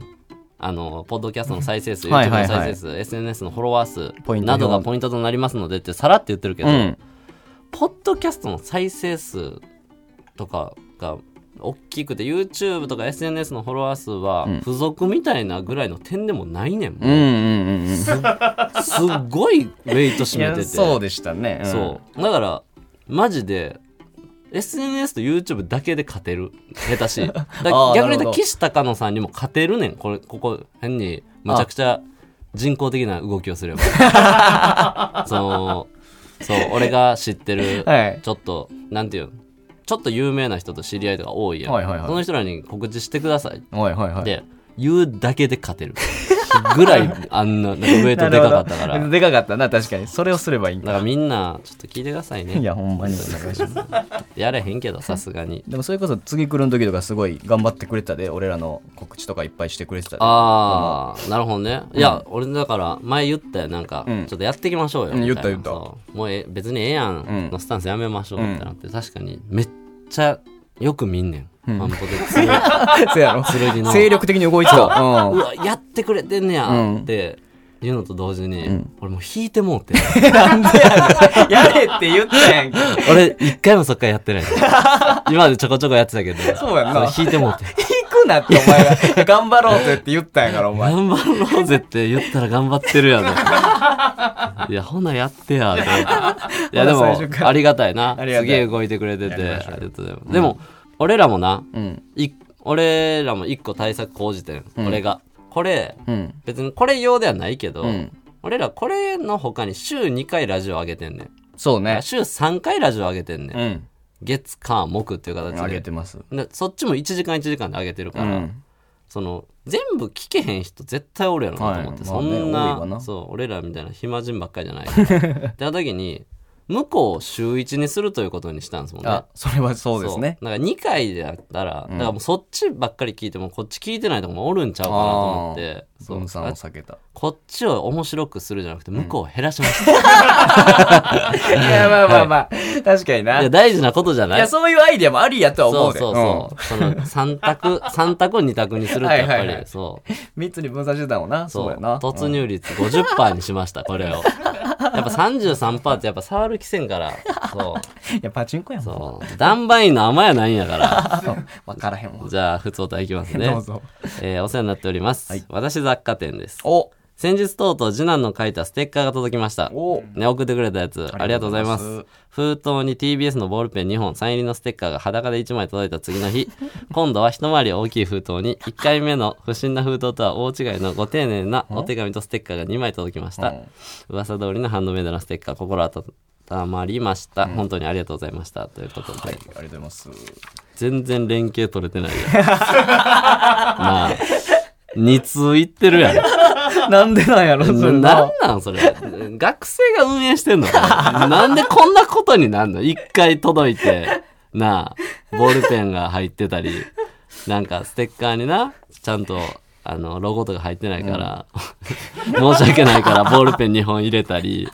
Speaker 2: あの、ポッドキャストの再生数、
Speaker 3: はい
Speaker 2: YouTube の
Speaker 3: はいはい
Speaker 2: 再生数、SNS のフォロワー
Speaker 3: ポイ
Speaker 2: 数
Speaker 3: ント
Speaker 2: などがポイントとなりますのでってさらって言ってるけど、
Speaker 3: うん。
Speaker 2: ポッドキャストの再生数とかが大きくて YouTube とか SNS のフォロワー数は付属みたいなぐらいの点でもないねん、
Speaker 3: うんうんうんうん。
Speaker 2: すっごいウェイト
Speaker 3: い
Speaker 2: 占め
Speaker 3: や
Speaker 2: てて
Speaker 3: そうでしたね。うん
Speaker 2: そうだからマジで SNS と YouTube だけで勝てる下 手しいだ
Speaker 3: あー
Speaker 2: 逆に言
Speaker 3: なる
Speaker 2: う
Speaker 3: ほ
Speaker 2: と
Speaker 3: ど
Speaker 2: 岸高野さんにも勝てるねんこれここ変にむちゃくちゃ人工的な動きをすれば そのそう俺が知ってる
Speaker 3: はい
Speaker 2: ちょっとなんていうのちょっと有名な人と知り合いとか多いやん、
Speaker 3: はいはいはい
Speaker 2: その人らに告知してください
Speaker 3: はいはいはい。
Speaker 2: で言うだけで勝てる ぐらいあんななんかウエイトでかかったか
Speaker 3: なるほ
Speaker 2: ら
Speaker 3: どでかかったな確かにそれをすればいいん
Speaker 2: だ
Speaker 3: だ
Speaker 2: からみんなちょっと聞いてくださいね
Speaker 3: いやほんまにお願いします
Speaker 2: やれへんけどさすがに
Speaker 3: でもそれこそ次来る時とかすごい頑張ってくれたで俺らの告知とかいっぱいしてくれてたで
Speaker 2: ああなるほどねいや、俺だから前言ったよなんか、
Speaker 3: うん
Speaker 2: ちょっとやっていきましょうよ
Speaker 3: うん
Speaker 2: みいな
Speaker 3: 言った言った
Speaker 2: そうもうえ別にええやん
Speaker 3: ん
Speaker 2: のスタンスやめましょうってなって、確かにめっちゃよく見んねん、万歩で強い
Speaker 3: そうやろ
Speaker 2: 剣の
Speaker 3: 精力的に動いてた
Speaker 2: う
Speaker 3: うん
Speaker 2: わやってくれてんねや
Speaker 3: うん
Speaker 2: って言うのと同時に、俺もう引いてもうて
Speaker 3: やれって言ったやんけ
Speaker 2: 俺一回もそっからやって ない今までちょこちょこやってたけど
Speaker 3: そうやんな
Speaker 2: それ引いてもうて
Speaker 3: 行くなってお前が 頑張ろうぜって言ったんやからお前
Speaker 2: 頑張ろうぜって言ったら頑張ってるやろ。 いや、ほなやってや。と思っていや、で
Speaker 3: ほな最初から
Speaker 2: も、ありがたいな。
Speaker 3: ありが
Speaker 2: す
Speaker 3: たい
Speaker 2: げえ動いてくれてて。あ
Speaker 3: やりましょう
Speaker 2: りがとうございます。でも、俺らもな、
Speaker 3: うん
Speaker 2: い俺らも一個対策講じてん。俺が。これ、
Speaker 3: うん
Speaker 2: 別にこれ用ではないけど
Speaker 3: ん、
Speaker 2: 俺らこれの他に週2回ラジオ上げてんねん。
Speaker 3: そうね
Speaker 2: あ週3回ラジオ上げてんねん。
Speaker 3: うん
Speaker 2: 月、火、木っていう形
Speaker 3: 上げ
Speaker 2: で。
Speaker 3: てます
Speaker 2: でそっちも1時間1時間で上げてる
Speaker 3: う
Speaker 2: から。
Speaker 3: ん
Speaker 2: その全部聞けへん人絶対おるやろなと思って、
Speaker 3: はいまあね
Speaker 2: そん
Speaker 3: 多い
Speaker 2: な
Speaker 3: わな
Speaker 2: そう俺らみたいな暇人ばっかりじゃない からってなった時に向こうを週1にするということにしたんですもんね
Speaker 3: あそれはそうですね
Speaker 2: そうだから2回だったら、だからもうそっちばっかり聞いてもこっち聞いてないとこもおるんちゃうかなと思ってそう
Speaker 3: 分散を
Speaker 2: あ
Speaker 3: 避けた
Speaker 2: こっちを面白くするじゃなくて向こうを減らしました、
Speaker 3: いやまあまあまあ 確かにない
Speaker 2: や大事なことじゃない
Speaker 3: いや、そういうアイディアもありやとは
Speaker 2: そう
Speaker 3: 思うで。
Speaker 2: そうそう、その3択3択を2択にするってやっぱり、
Speaker 3: はいはいはい
Speaker 2: そう
Speaker 3: うん。3つに分散してたもんな。そうやな。
Speaker 2: 突入率50%にしました、これを。やっぱ33%ってやっぱ触る気せんから。そう。
Speaker 3: うん。いや、パチンコやもん。
Speaker 2: そう。ダンバインの甘やないんやから。
Speaker 3: わからへんわ。
Speaker 2: じゃあ、普通お題いきます ね。
Speaker 3: どうぞ。
Speaker 2: えーお世話になっております。私雑貨店です。
Speaker 3: お
Speaker 2: 先日とうとう次男の書いたステッカーが届きました。
Speaker 3: お
Speaker 2: ね、送ってくれたやつ、ありがとうございます。封筒に TBS のボールペン2本、サイン入りのステッカーが裸で1枚届いた次の 日、今度は一回り大きい封筒に、1回目の不審な封筒とは大違いのご丁寧なお手紙とステッカーが2枚届きました。噂通りのハンドメイドのステッカー、心温まりました。本当にありがとうございました。ということで、
Speaker 3: はい、ありがとうございます。
Speaker 2: 全然連携取れてない やん。なあ、2通いってるやん。
Speaker 3: なんでなんやろ、そ
Speaker 2: なな
Speaker 3: れ
Speaker 2: ん
Speaker 3: な。
Speaker 2: なんそれ。学生が運営してんのかななんでこんなことになんの一回届いて、なあ、ボールペンが入ってたり、なんかステッカーにな、ちゃんと、あの、ロゴとか入ってないから、申し訳ないからボールペン2本入れたり、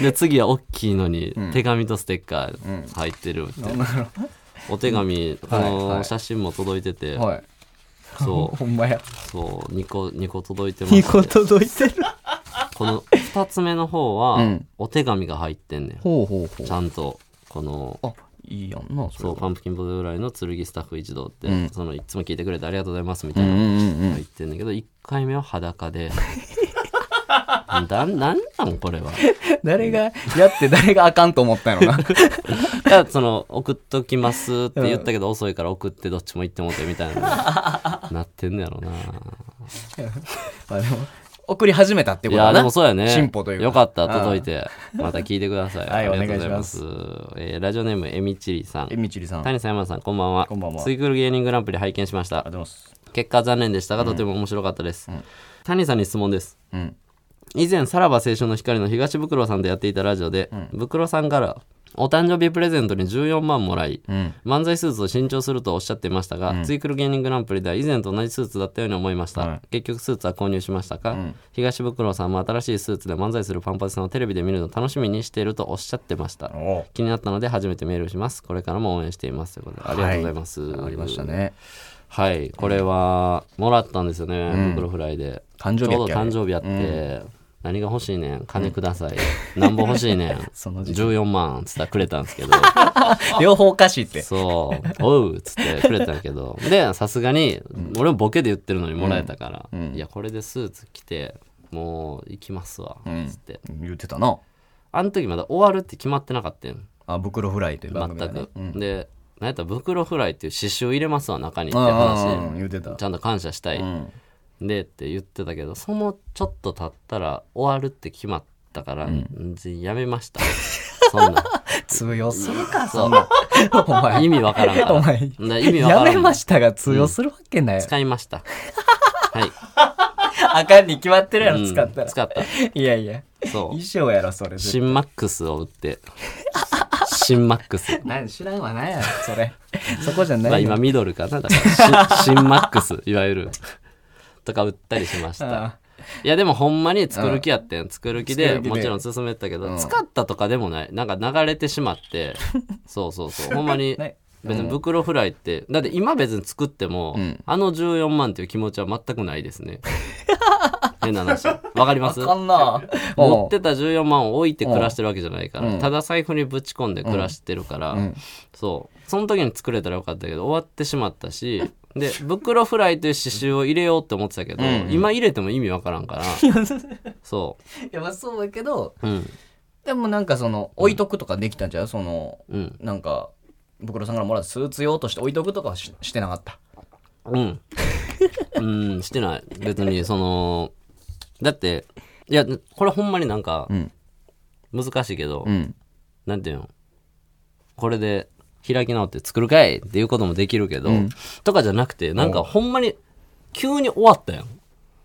Speaker 2: で、次は大きいのに、手紙とステッカー入ってるってお手紙、こ
Speaker 3: はいは
Speaker 2: の
Speaker 3: い
Speaker 2: 写真も届いてて、
Speaker 3: はい。
Speaker 2: そ
Speaker 3: ほんまや。
Speaker 2: う、そう、2個、2個届いてます、
Speaker 3: 2個届いてる。
Speaker 2: この2つ目の方は、
Speaker 3: うん
Speaker 2: お手紙が入ってんねん
Speaker 3: ほうほうほ
Speaker 2: ちゃんとこの
Speaker 3: う。あ、いいやんな、それ
Speaker 2: そ
Speaker 3: は。
Speaker 2: うパンプキンボードぐらいの剣スタッフ一同って、
Speaker 3: うん
Speaker 2: そのいつも聞いてくれてありがとうございますみた
Speaker 3: う
Speaker 2: い
Speaker 3: んう
Speaker 2: なん
Speaker 3: うん う
Speaker 2: 入
Speaker 3: ん。
Speaker 2: ってんだけど1回目は裸で だなんなんこれは
Speaker 3: 誰がやって誰があかんと思った んやろな。
Speaker 2: だからその送っときますって言ったけど遅いから送ってどっちも行ってもってみたいな なってんのやろな
Speaker 3: まあでも送り始めたって
Speaker 2: い
Speaker 3: ことだ
Speaker 2: や
Speaker 3: な。
Speaker 2: でもそうやね
Speaker 3: 進歩というか。
Speaker 2: よかった届い
Speaker 3: て。
Speaker 2: てまた聞いてください、
Speaker 3: はい
Speaker 2: ありがとうございますえーラジオネームえみちりさん
Speaker 3: え、みちりさん。ありが
Speaker 2: 谷さん山田さんこんばんは
Speaker 3: こんばんは
Speaker 2: ツイクル芸人グランプリ拝見しました
Speaker 3: とうございます。
Speaker 2: 結果残念でしたがとても面白かったです、谷さんに質問です
Speaker 3: うん。
Speaker 2: 以前さらば青春の光の東袋さんとやっていたラジオで、袋さんからお誕生日プレゼントに14万もらい、
Speaker 3: うん。
Speaker 2: 漫才スーツを新調するとおっしゃっていましたが、ツイクル芸人グランプリでは以前と同じスーツだったように思いました、
Speaker 3: はい
Speaker 2: 結局スーツは購入しましたか、東袋さんも新しいスーツで漫才するパンパチさんをテレビで見るのを楽しみにしているとおっしゃってました
Speaker 3: おう
Speaker 2: 気になったので初めてメールしますこれからも応援していますということでありがとうございます、
Speaker 3: ありましたね。
Speaker 2: はいこれはもらったんですよね、袋フライで
Speaker 3: 誕
Speaker 2: ちょう
Speaker 3: 生日や
Speaker 2: ど
Speaker 3: っけ
Speaker 2: 誕生日やって、何が欲しいねん金ください、なんぼ欲しいねん
Speaker 3: その時
Speaker 2: 14万っつったらくれたんです けど
Speaker 3: 両方おかしいって。
Speaker 2: そうおうっつってくれたんやけどでさすがに俺もボケで言ってるのにもらえたから、いやこれでスーツ着てもう行きますわっつって、
Speaker 3: 言ってたな。
Speaker 2: あの時まだ終わるって決まってなかったん
Speaker 3: あ、袋フライという番組だ
Speaker 2: 全
Speaker 3: ね
Speaker 2: く。、でなんやったら袋フライっていう刺繍入れますわ中にって
Speaker 3: ああ、
Speaker 2: 話
Speaker 3: 言ってた
Speaker 2: ち。ゃんと感謝したい、
Speaker 3: うん。
Speaker 2: でって言ってたけどそのちょっと経ったら終わるって決まったから、うんやめましたそんな
Speaker 3: 通用するか、
Speaker 2: そ
Speaker 3: そ
Speaker 2: うん
Speaker 3: な。お 前、
Speaker 2: 意味わからんから
Speaker 3: お前
Speaker 2: な意味わから
Speaker 3: や
Speaker 2: ん
Speaker 3: めましたが通用するわけない。
Speaker 2: 使いましたはい。
Speaker 3: あかんに決まってるや
Speaker 2: う
Speaker 3: ろ、
Speaker 2: ん
Speaker 3: 使ったら。
Speaker 2: 使った。
Speaker 3: いやいや。
Speaker 2: そう
Speaker 3: 衣。装やろ、それ。
Speaker 2: 新マックスを売って。新マックス。
Speaker 3: なん知らんわ、なんやろ、それ。 そこじゃ
Speaker 2: ま
Speaker 3: な
Speaker 2: あ
Speaker 3: い
Speaker 2: 今
Speaker 3: の。
Speaker 2: ミドルかな。だからし新マックス、いわゆる。とか売ったりしました。
Speaker 3: あ
Speaker 2: いやでもほんまに作る気やってん、作る気
Speaker 3: 作
Speaker 2: で
Speaker 3: る気で
Speaker 2: もちろん進めてたけど、
Speaker 3: うん
Speaker 2: 使ったとかでもないなんか流れてしまって そうそうそうほんまに
Speaker 3: ね
Speaker 2: 別に袋フライってだって今別に作っても、
Speaker 3: うん
Speaker 2: あの14万っていう気持ちは全くないですね 変な話わかりま
Speaker 3: あ
Speaker 2: す
Speaker 3: かんな。
Speaker 2: 持ってた14万を置いて暮らしてるわけじゃないから、
Speaker 3: うん
Speaker 2: ただ財布にぶち込んで暮らしてるから、
Speaker 3: うん
Speaker 2: そうその時に作れたらよかったけど終わってしまった しで袋フライという刺繍を入れようって思ってたけど、
Speaker 3: うん
Speaker 2: 今入れても意味わからん からそ
Speaker 3: いや、まあそうだけど、
Speaker 2: ううん
Speaker 3: でもなんかその、置いとくとかできたんちゃうその、
Speaker 2: うん
Speaker 3: なんか、ブクロさんからもらったスーツ用として置いとくとかはししてなかった。
Speaker 2: うんうんしてない別にそのだっていやこれほんまになんか
Speaker 3: うん。
Speaker 2: 難しいけど、
Speaker 3: うん。
Speaker 2: なんていうのこれで開き直って作るかいっていうこともできるけど、とかじゃなくてなんかほんまに急に終わったやん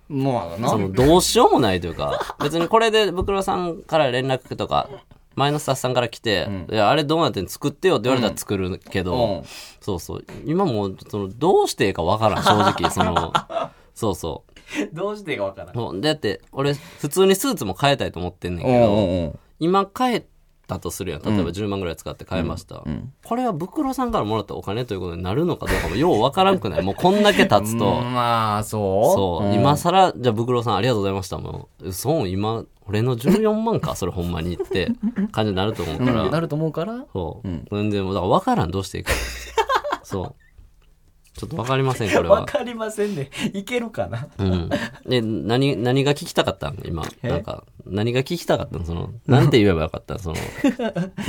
Speaker 3: まあな
Speaker 2: そのどうしようもないというか 別にこれでブクロさんから連絡とか前のスタッフさんから来て「いやあれどうなってんの作ってよ」って言われたら作るけど、
Speaker 3: うん
Speaker 2: そうそう今もうそのどうしていいかわからん正直そのそうそ
Speaker 3: どうしていいかわからん。
Speaker 2: うもうだって俺普通にスーツも変えたいと思ってんねん
Speaker 3: う
Speaker 2: けど
Speaker 3: んうんうん。
Speaker 2: 今変えたとするやん例えば10万ぐらい使って変えました、これはブクロさんからもらったお金ということになるのかどうかもようわからんくないもうこんだけ経つと。
Speaker 3: うんまあ、そう
Speaker 2: そう、今更じゃあブクロさんありがとうございましたもうそう今俺の14万かそれほんまにって感じになると思うから、
Speaker 3: なると思うから、
Speaker 2: そう、全然もうだから分からんどう していいかそうちょっと分かりませんこれは
Speaker 3: わかりませんね。いけるかな。
Speaker 2: うんで何何が聞きたかったん今なんか何が聞きたかったんそのなんて言えばよかったんその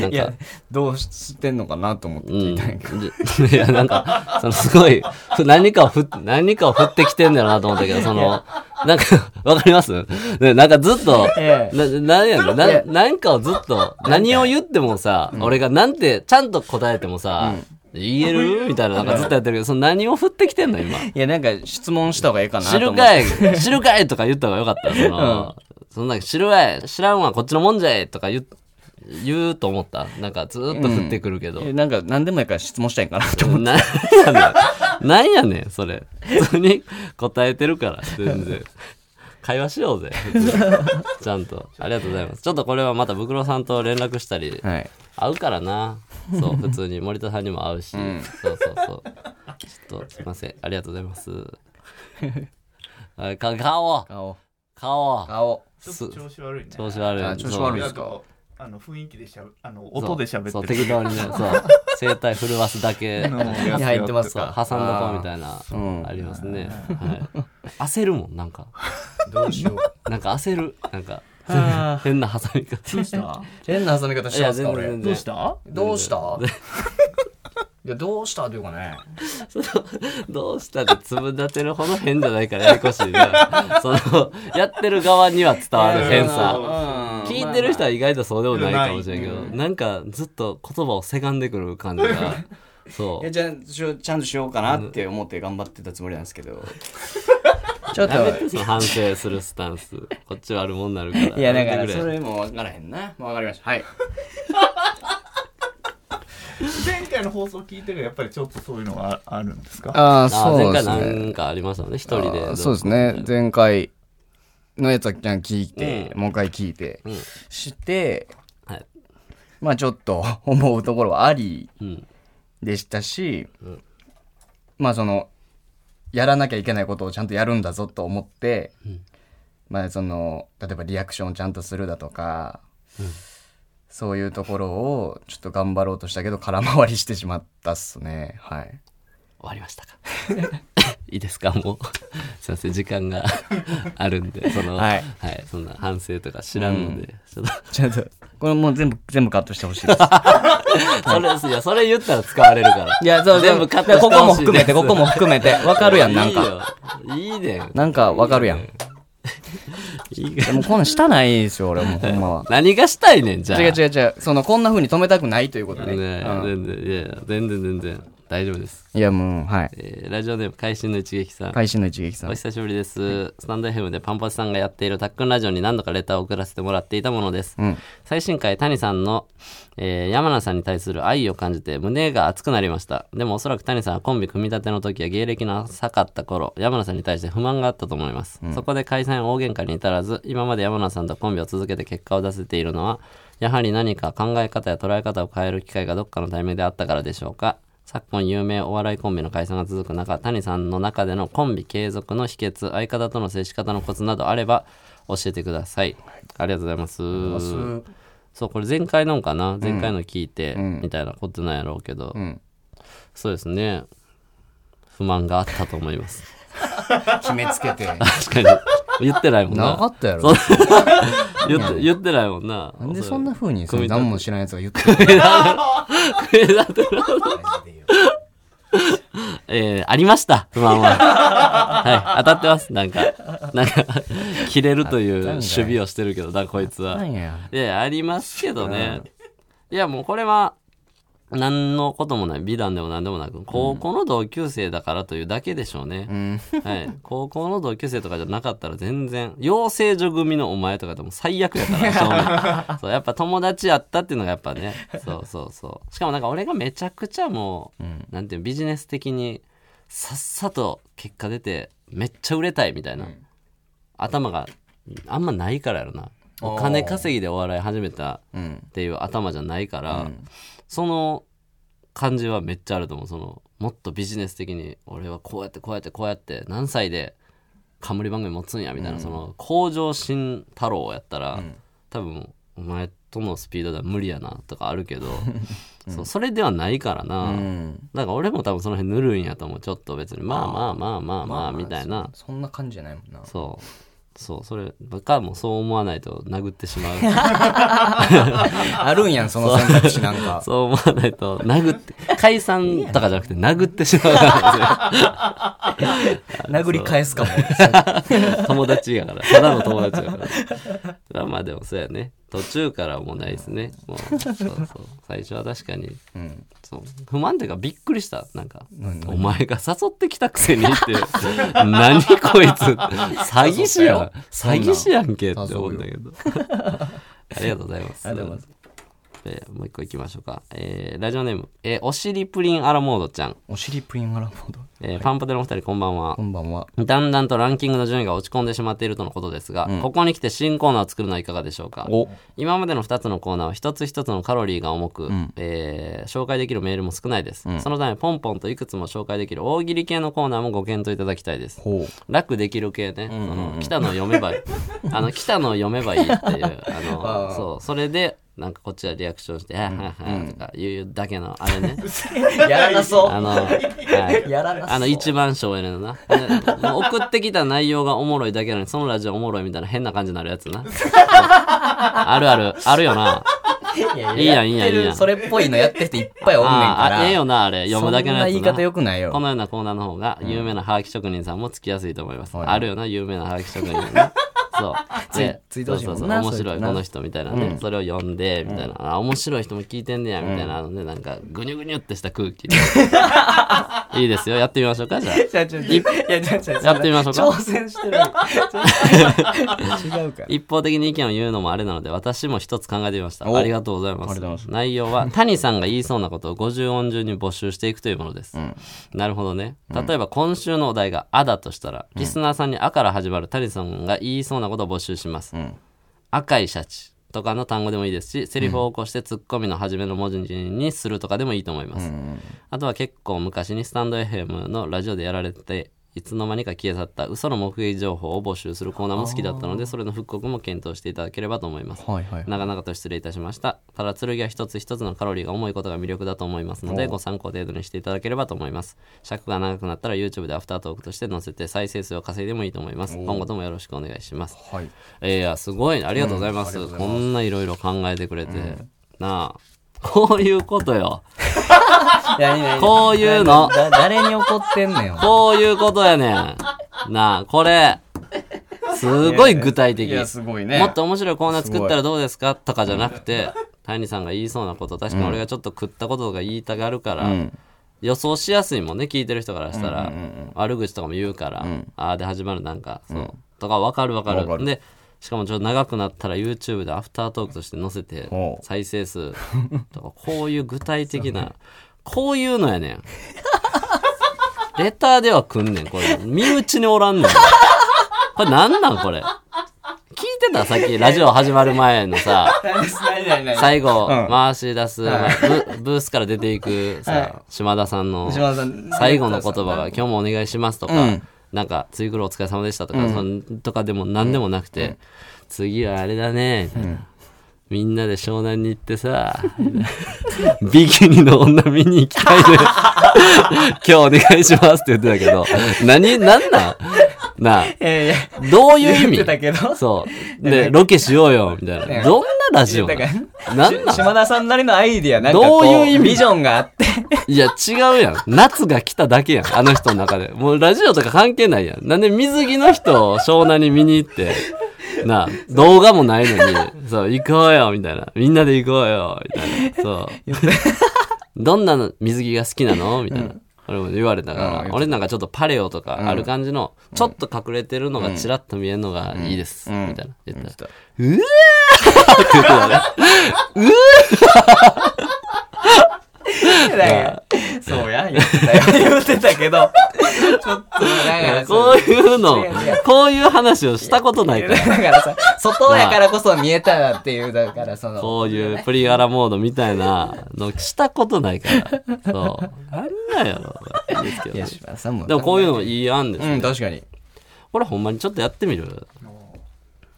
Speaker 2: なん か
Speaker 3: いや、どうしてんのかなと思って
Speaker 2: うん、
Speaker 3: 聞いたんやけど。
Speaker 2: いや、なんか、そのすごい、ふ何かをふ、何かを振ってきてんだよなと思ったけど、その、なんか、わかりますねなんかずっと、
Speaker 3: ええ
Speaker 2: な、なんやろ
Speaker 3: ええ
Speaker 2: な、なんかをずっと、何を言ってもさ、俺がなんて、ちゃんと答えてもさ、言えるみたいな、なんかずっとやってるけど、その何を振ってきてんの今。
Speaker 3: いや、なんか質問した方がいいかなと
Speaker 2: 知
Speaker 3: 思
Speaker 2: る
Speaker 3: って。
Speaker 2: かい、知るかいとか言った方がよかった。その、そんな、知るわい、知らんわ、こっちのもんじゃいとか言う、言うと思った。なんかずっと振ってくるけど。
Speaker 3: えなんか何でもいいから質問したいんかなと思って。
Speaker 2: なん やねん。なんやねん、それ。普通に答えてるから、全然。会話しようぜ。普通にちゃんと。ありがとうございます。ちょっとこれはまた、ブクロさんと連絡したり、
Speaker 3: はい。
Speaker 2: 会うからな。そう、普通に森田さんにも会うし。そうそうそう。ちょっと、すいません。ありがとうございます。はいか顔
Speaker 3: 顔。
Speaker 2: 顔
Speaker 3: 顔。
Speaker 4: ちょっと調子悪いね。
Speaker 2: 調子悪
Speaker 3: あ
Speaker 2: い。
Speaker 3: 調子悪いですか
Speaker 4: なんあの雰囲気でしゃべ、あの
Speaker 2: そう
Speaker 4: 音で喋
Speaker 2: そ
Speaker 4: っ
Speaker 2: う、
Speaker 4: てる。
Speaker 2: 適当にね、そう。声帯震わすだけ。
Speaker 3: に入ってます
Speaker 2: そう
Speaker 3: か
Speaker 2: 挟んだこうみたいな
Speaker 3: ーうん
Speaker 2: ありますね、はい、焦るもんなんか
Speaker 4: どうしよう。
Speaker 2: なんか焦るなんか
Speaker 3: あ
Speaker 2: 変な挟み方
Speaker 4: どうした？
Speaker 3: 変な挟み方してますか、俺。
Speaker 4: どうした？
Speaker 3: どうした いや、どうしたというかね。
Speaker 2: どうしたってつぶ立てるほど変じゃないからややこしいな そのやってる側には伝わる変さ
Speaker 3: さ
Speaker 2: 聞いてる人は意外とそうでもないかもしれんけど、
Speaker 4: まあまあ
Speaker 2: なんかずっと言葉をせがんでくる感じが そ
Speaker 3: いうやじゃあちょちゃんとしようかなって思って頑張ってたつもりなんですけどちょっ
Speaker 2: やめて
Speaker 3: と
Speaker 2: その反省するスタンスこっち悪者になるから
Speaker 3: いやだ
Speaker 2: や
Speaker 3: か
Speaker 2: め
Speaker 3: ら
Speaker 2: てく
Speaker 3: それも分からへんな分かりましたはい
Speaker 4: 前回の放送聞いてるやっぱりちょっとそういうのはああるんですか？
Speaker 3: ああ
Speaker 2: あー前回なんかありましたもんね一人で
Speaker 3: そうですね前回のやつは聞いて、もう一回聞いて、
Speaker 2: ん
Speaker 3: して
Speaker 2: はい
Speaker 3: まあちょっと思うところはあり
Speaker 2: うん
Speaker 3: でしたし、まあそのやらなきゃいけないことをちゃんとやるんだぞと思って、まあその例えばリアクションをちゃんとするだとか、そういうところをちょっと頑張ろうとしたけど空回りしてしまったっすねはい
Speaker 2: 終わりましたか いいですかもうすいません時間 があるんでその
Speaker 3: はい
Speaker 2: そんな反省とか知らんので、ちょっと
Speaker 3: ちょっとこれもう全部全部カットしてほしいです
Speaker 2: それいやそれ言ったら使われるから
Speaker 3: いやそう
Speaker 2: 全部カットしてほしい
Speaker 3: ここも含めて
Speaker 2: です
Speaker 3: ここも含めてわかるやんなんか
Speaker 2: いいよいいねん
Speaker 3: なんかわかるやん
Speaker 2: いいか
Speaker 3: でもこんなんしたないですよ俺もうほんまは
Speaker 2: 何がしたいねんじゃあ
Speaker 3: 違う違う違うそのこんな風に止めたくないということね
Speaker 2: ね
Speaker 3: う
Speaker 2: 全
Speaker 3: ん
Speaker 2: 然いやいや全然全然大丈夫です。
Speaker 3: いやもうはい
Speaker 2: えーラジオネーム、会心の一撃さん。
Speaker 3: 会心の一撃さ
Speaker 2: お
Speaker 3: ん
Speaker 2: 久しぶりです、スタンド FM でパンパチさんがやっているタックンラジオに何度かレターを送らせてもらっていたものです、
Speaker 3: ん
Speaker 2: 最新回谷さんの、えー山名さんに対する愛を感じて胸が熱くなりましたでもおそらく谷さんはコンビ組み立ての時や芸歴の浅かった頃山名さんに対して不満があったと思います、そこで解散や大喧嘩に至らず今まで山名さんとコンビを続けて結果を出せているのはやはり何か考え方や捉え方を変える機会がどっかのタイミングであったからでしょうか昨今有名お笑いコンビの解散が続く中谷さんの中でのコンビ継続の秘訣相方との接し方のコツなどあれば教えてくださいありがとうございますそうこれ前回のかな前回の聞いて、みたいなことなんやろうけど、
Speaker 3: ん
Speaker 2: そうですね不満があったと思います
Speaker 3: 決めつけて
Speaker 2: 確かに言ってないもん
Speaker 3: なか
Speaker 2: な
Speaker 3: ったやろ
Speaker 2: 言って言ってないもんな
Speaker 3: なんでそんな風にそ
Speaker 2: 組み立
Speaker 3: の
Speaker 2: て
Speaker 3: 何も知らんやつが言ってる
Speaker 2: えー、ありました、不 満は。はい、当たってます、なんか。なんか、切れるという守備をしてるけどな、こいつ
Speaker 3: な
Speaker 2: は。
Speaker 3: んや
Speaker 2: いや、ありますけどね。いや、もうこれは、何のこともない、美談でも何でもなく、高校の同級生だからというだけでしょうね。
Speaker 3: ん
Speaker 2: はい。高校の同級生とかじゃなかったら全然、養成所組のお前とかでも最悪やから、 正面そう、やっぱ友達やったっていうのがやっぱね、そうそうそう。しかもなんか俺がめちゃくちゃもう、なんていうのビジネス的に、さっさと結果出て、めっちゃ売れたいみたいな。頭があんまないからやろなお金稼ぎでお笑い始めた
Speaker 3: うん
Speaker 2: っていう頭じゃないから、
Speaker 3: うん
Speaker 2: その感じはめっちゃあると思うそのもっとビジネス的に俺はこうやってこうやってこうやって何歳で冠番組持つんやみたいな、その工場新太郎やったら、多分お前とのスピードでは無理やなとかある けど、そうそれではないからな、
Speaker 3: うん
Speaker 2: だから俺も多分その辺ぬるいんやと思うちょっと別にまあまあまあまあまあみたいな
Speaker 3: そそんな感じじゃないもんな
Speaker 2: そう。そう、それ、かもうそう思わないと殴ってしまう。
Speaker 3: あるんやんその選択肢なんか
Speaker 2: そう思わないと殴って、解散とかじゃなくて殴ってしまうから
Speaker 3: 殴り返すかも
Speaker 2: ですよ友達やから、ただの友達やから。それはまあでもそうやね。途中からもうないですね。もう、そうそう。最初は確かに。
Speaker 3: うん
Speaker 2: そう不満というかびっくりしたなんか
Speaker 3: 何
Speaker 2: お前が誘ってきたくせにって 何こいつ詐欺師やん
Speaker 3: そんな
Speaker 2: 詐欺師やんけって思うんだけど ありがとうございます
Speaker 3: ありがとうござい
Speaker 2: えーもう一個いきましょうか、えーラジオネーム、えーおしりプリンアラモードちゃん、
Speaker 3: お尻プリンアラモード
Speaker 2: えーパンパテのお二人こんばんは
Speaker 3: こんばんは
Speaker 2: だんだんとランキングの順位が落ち込んでしまっているとのことですが、ここに来て新コーナーを作るのはいかがでしょうか
Speaker 3: お
Speaker 2: 今までの2つのコーナーは一つ一つのカロリーが重く、えー紹介できるメールも少ないです、そのためポンポンといくつも紹介できる大喜利系のコーナーもご検討いただきたいです
Speaker 3: ほう
Speaker 2: 楽できる系ね、その北の読め ばいいあの北の読めばいいっていう あのそうそれでなんかこっちはリアクションして「はいはいはい」とか言うだけのあれね
Speaker 3: やらな そ
Speaker 2: あの、はい
Speaker 3: やらなそう
Speaker 2: あの、一番省エネ のな。でもう送ってきた内容がおもろいだけなのに、そのラジオおもろいみたいな変な感じになるやつ な。あるある、あるよな。
Speaker 3: ういや
Speaker 2: いいやんいいやんいいやん
Speaker 3: それっぽいのやってる人いっぱいおんねんか
Speaker 2: あ
Speaker 3: ら
Speaker 2: あ、ええよな、あれ。読むだけのやつな。
Speaker 3: そんな言い方良くないよ
Speaker 2: このようなコーナーの方が、有名なハガキ職人さんもつきやすいと思います。
Speaker 3: はい
Speaker 2: あるよな、有名なハガキ職人 ね。そう。
Speaker 3: つい
Speaker 2: で
Speaker 3: ついてほしい
Speaker 2: そ
Speaker 3: もん
Speaker 2: う
Speaker 3: な
Speaker 2: そうそう面
Speaker 3: そういう
Speaker 2: 白い、
Speaker 3: の
Speaker 2: こ
Speaker 3: な
Speaker 2: の人みたいなね。それを読んで、みたいな。あ、面白い人も聞いてんねや、みたいな。あのね、なんか、ぐにゅぐにゅってした空気。 いいですよ。やってみましょうか、じゃあ。
Speaker 3: ちゃちゃちゃいやちゃちゃちゃ
Speaker 2: やってみましょうか
Speaker 3: 挑戦してる違うから
Speaker 2: 一方的に意見を言うのもあれなので私も一つ考えてみました
Speaker 3: お
Speaker 2: ありがとうございます
Speaker 3: ありがとうございます
Speaker 2: 内容は 谷さんが言いそうなことを50音順に募集していくというものです、なるほどね例えば今週のお題が「あ」だとしたら、リスナーさんに「あ」から始まる谷さんが言いそうなことを募集します、
Speaker 3: ん
Speaker 2: 赤いシャチとかの単語でもいいですしセリフを起こしてツッコミの初めの文字にするとかでもいいと思います、あとは結構昔にスタンド FM のラジオでやられていつの間にか消え去った嘘の目撃情報を募集するコーナーも好きだったのでそれの復刻も検討していただければと思います
Speaker 3: はいはい
Speaker 2: 長々と失礼いたしましたただ剣は一つ一つのカロリーが重いことが魅力だと思いますのでご参考程度にしていただければと思います尺が長くなったら YouTube でアフタートークとして載せて再生数を稼いでもいいと思います今後ともよろしくお願いします
Speaker 3: はい
Speaker 2: えーいやすごいねありがとうございます,、こんないろいろ考えてくれて、なあこういうことよ
Speaker 3: 何々
Speaker 2: こういうの
Speaker 3: だ誰に怒ってんねんよ
Speaker 2: こういうことやねんなあこれすごい具体的
Speaker 3: いやすごいね
Speaker 2: もっと面白いコーナー作ったらどうですかとかじゃなくて谷さんが言いそうなこと確かに俺がちょっと食ったこととか言いたがるから、予想しやすいもんね聞いてる人からしたら、
Speaker 3: うんうんうん
Speaker 2: 悪口とかも言うから、
Speaker 3: ん
Speaker 2: ああで始まるなんかそう、とか分かる分かる
Speaker 3: わかる
Speaker 2: でしかもちょっと長くなったら YouTube でアフタートークとして載せて
Speaker 3: ほう
Speaker 2: 再生 数とかこういう具体的なこういうのやねんレターでは来んねんこれ身内におらんねんこれなんなんこれ聞いてたさっきラジオ始まる前のさ
Speaker 3: 何何何
Speaker 2: 最後、
Speaker 3: うん
Speaker 2: 回し出す、
Speaker 3: は
Speaker 2: ブブースから出ていくさ、
Speaker 3: はい
Speaker 2: 島田さんの
Speaker 3: 島田さん
Speaker 2: 最後の言葉が「今日もお願いします」とか「
Speaker 3: うん
Speaker 2: なんかツイクロお疲れ様でした」とか、そん、とかでも何でもなくて、次はあれだねみたいな、みんなで湘南に行ってさ ビキニの女見に行きたいね 今日お願いしますって言ってたけど何何なんなあ
Speaker 3: え
Speaker 2: どういう意味
Speaker 3: 言ってたけど
Speaker 2: そう。で、ロケしようよ、みたいな。
Speaker 3: ね
Speaker 2: どんなラジ
Speaker 3: え
Speaker 2: オ
Speaker 3: だ
Speaker 2: な
Speaker 3: から
Speaker 2: んなん
Speaker 3: し島田さんなりのアイディアなんか
Speaker 2: ど
Speaker 3: こ
Speaker 2: う
Speaker 3: う
Speaker 2: いう意味
Speaker 3: ビジョンがあって
Speaker 2: いや、違うやん。夏が来ただけやん。あの人の中で。もうラジオとか関係ないやん。なんで水着の人を湘南に見に行って、なあ、動画もないのに、そう、行こうよ、みたいな。みんなで行こうよ、みたいな。そう。どんな水着が好きなのみたいな。俺も言われたから、
Speaker 3: うん
Speaker 2: 俺なんかちょっとパレオとかある感じの、ちょっと隠れてるのがちらっと見えるのがいいです、
Speaker 3: うん
Speaker 2: みたいな言ったら、
Speaker 3: ただからそうや言って たよ言ってたけどちょっとだから
Speaker 2: こういうの
Speaker 3: 違う違う、
Speaker 2: こういう話をしたことないから
Speaker 3: だ。からさ外やからこそ見えたっていうだからその
Speaker 2: こういうプリガラモードみたいなのしたことないから。そう。あんなんやろ。いいですけど
Speaker 3: い
Speaker 2: ね
Speaker 3: や島田さんも
Speaker 2: でもこういうのいい案です
Speaker 3: う
Speaker 2: ね
Speaker 3: ん。確かに
Speaker 2: これほんまにちょっとやってみる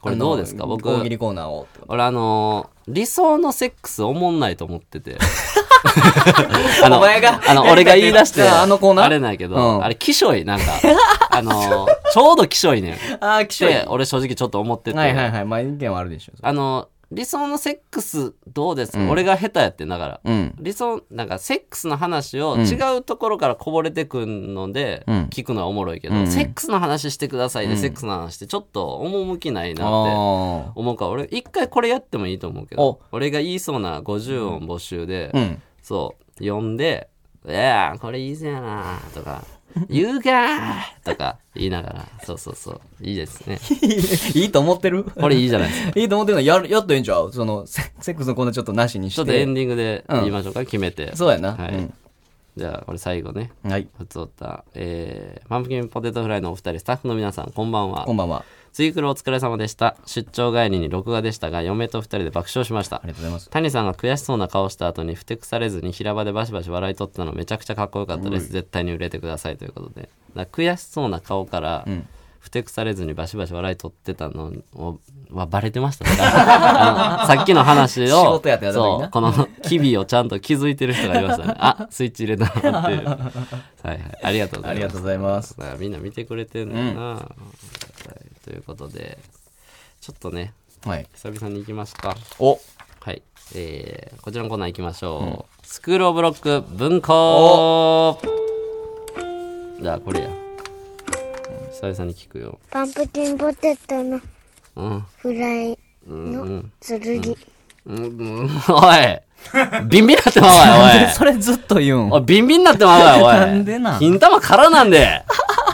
Speaker 2: これどうですか
Speaker 3: あの
Speaker 2: 僕、
Speaker 3: 大喜利コーナーをってこと
Speaker 2: 俺あのー、理想のセックスおもんないと思って て。あの
Speaker 3: お前が
Speaker 2: あの、俺が言い出して、
Speaker 3: あのコーナー
Speaker 2: あれないけど、
Speaker 3: うん
Speaker 2: あれ、きしょい、 なんか。あのー、ちょうどきしょいねん。
Speaker 3: ああきしょい
Speaker 2: で、俺正直ちょっと思ってて。
Speaker 3: はいはいはい前意見はあるでしょ
Speaker 2: あの、理想のセックスどうですか、
Speaker 3: うん
Speaker 2: 俺が下手やってんだから。
Speaker 3: うん
Speaker 2: 理想、なんかセックスの話を
Speaker 3: うん
Speaker 2: 違うところからこぼれてくんので
Speaker 3: うん、
Speaker 2: 聞くのはおもろいけど、
Speaker 3: うん
Speaker 2: セックスの話してくださいで、
Speaker 3: うん
Speaker 2: セックスの話ってちょっと趣ないな
Speaker 3: あ
Speaker 2: って
Speaker 3: あ
Speaker 2: 思うから、俺一回これやってもいいと思うけど
Speaker 3: お、
Speaker 2: 俺が言いそうな50音募集で、
Speaker 3: うん
Speaker 2: そう、読んで、いやーこれいいぜやなとか、言うかーとか言いながら、そうそうそう、いいですね。
Speaker 3: いいと思ってる
Speaker 2: これいいじゃない ですか。
Speaker 3: いいと思ってるのやるやっとええんちゃうそのセセックスのコーナーちょっとなしにして
Speaker 2: ちょっとエンディングで言いましょうか、決めて。
Speaker 3: そうやな
Speaker 2: はい。じゃあ、これ最後ね。
Speaker 3: うんはい
Speaker 2: ふつおた。えー、パンプキンポテトフライのお二人、スタッフの皆さん、こんばんは
Speaker 3: こ。んばんは
Speaker 2: ツイクルお疲れ様でした。出張帰りに録画でしたが、嫁と二人で爆笑しました
Speaker 3: あり。がとうございます
Speaker 2: 谷さんが悔しそうな顔した後にふてくされずに平場でバシバシ笑い取ってたのめちゃくちゃかっこよかったです。絶対に売れてくださいということで。だから悔しそうな顔から、ふてくされずにバシバシ笑い取ってたのをはバレてましたね あのさっきの話を
Speaker 3: 仕事やってやった時な
Speaker 2: そうこの機微をちゃんと気づいてる人がいましたねあスイッチ入れた なっていうはいはいありがとうござ
Speaker 3: あ
Speaker 2: い
Speaker 3: りが
Speaker 2: ま
Speaker 3: と
Speaker 2: す
Speaker 3: うございます
Speaker 2: だからみんな見てくれてんだよな、はいということでちょっとね
Speaker 3: はい
Speaker 2: 久々に行きますか
Speaker 3: お
Speaker 2: はい、えーこちらのコーナー行きましょう、スクールオブロック文庫じゃあこれや久々に聞くよ
Speaker 5: パンプキンポテトの
Speaker 2: うん
Speaker 5: フライの剣。
Speaker 2: うんうんおいビンビンなってまうわよ
Speaker 3: それずっと言うん
Speaker 2: おいおいビンビンなってまうわよおい
Speaker 3: なんでなん
Speaker 2: 金玉からなんで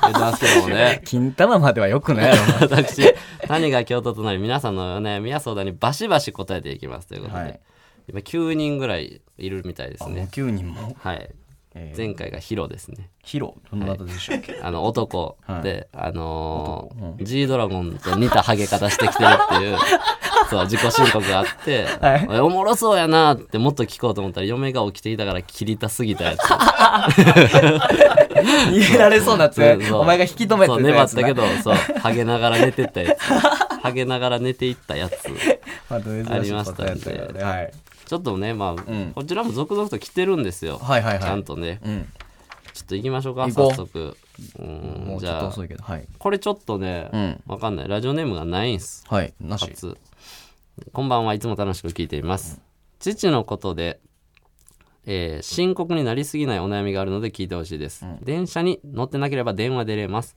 Speaker 2: 言ってますけどもね
Speaker 3: 金玉まではよくないやろお前
Speaker 2: 私何が京都となり皆さんのお悩みや相談にバシバシ答えていきますということで、
Speaker 3: はい
Speaker 2: 今9人ぐらいいるみたいです
Speaker 3: あもう
Speaker 2: ね
Speaker 3: 9人も
Speaker 2: はい
Speaker 3: えー
Speaker 2: 前回がヒロですね
Speaker 3: ヒロどんな方でしょう け
Speaker 2: あの男で、あの
Speaker 3: 男
Speaker 2: ー G ドラゴンと似たハゲ方してきてるって いうそう自己申告があって、
Speaker 3: はい
Speaker 2: おもろそうやなってもっと聞こうと思ったら嫁が起きていたから切りたすぎた やつ
Speaker 3: 逃げられそうなやつ
Speaker 2: そうそう
Speaker 3: お前が引き止め
Speaker 2: そう
Speaker 3: て
Speaker 2: 粘
Speaker 3: や
Speaker 2: っ
Speaker 3: つな
Speaker 2: たけどそうハゲながら寝てったやつ ハゲながら寝ていったやつ
Speaker 3: また珍しい
Speaker 2: ありましたんで
Speaker 3: パターンやったからねはい
Speaker 2: ちょっとねまあ、
Speaker 3: ん
Speaker 2: こちらも続々と来てるんですよ、
Speaker 3: はいはいはい
Speaker 2: ちゃんとね
Speaker 3: うん
Speaker 2: ちょっと行きましょうか
Speaker 3: 行こう
Speaker 2: 早速うん
Speaker 3: もう
Speaker 2: じ
Speaker 3: ちょっ
Speaker 2: ゃ
Speaker 3: と
Speaker 2: あ
Speaker 3: 遅いけどはい
Speaker 2: これちょっとね、
Speaker 3: うん
Speaker 2: わかんないラジオネームがないんす
Speaker 3: はいなし
Speaker 2: 初こんばんはいつも楽しく聞いています父のことで、えー深刻になりすぎないお悩みがあるので聞いてほしいです、電車に乗ってなければ電話出れます、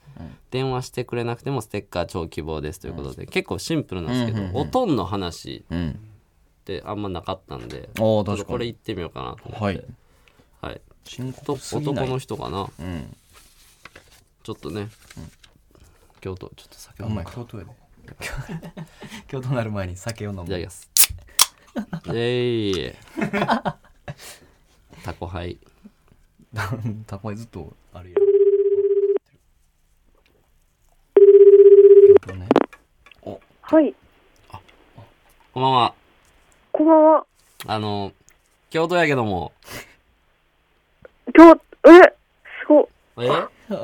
Speaker 2: 電話してくれなくてもステッカー超希望ですということで、結構シンプルなんですけど、おとんの話
Speaker 3: うん
Speaker 2: ってあんまなかったんで
Speaker 3: お
Speaker 2: ちょっ
Speaker 3: ー
Speaker 2: と
Speaker 3: 確かに
Speaker 2: これ行ってみようかなと思って、
Speaker 3: はい
Speaker 2: はい。
Speaker 3: 深
Speaker 2: と
Speaker 3: 刻すぎ
Speaker 2: 男
Speaker 3: ない
Speaker 2: の人かな。
Speaker 3: うん
Speaker 2: ちょっとね、京都、ちょっと酒
Speaker 3: あ
Speaker 2: 飲
Speaker 3: ん
Speaker 2: も
Speaker 3: ま
Speaker 2: う
Speaker 3: り
Speaker 2: か。
Speaker 3: 京都や で京都なる前に酒を飲む
Speaker 2: いただき ます。えい。タコハイ。
Speaker 3: たこいずっとあるよ。京都ね。
Speaker 6: はい。
Speaker 2: こんばんは。
Speaker 6: こんばんは。
Speaker 2: あの、京都やけども。
Speaker 6: 今日、えすごっ。
Speaker 2: え
Speaker 6: おじゃあちょっ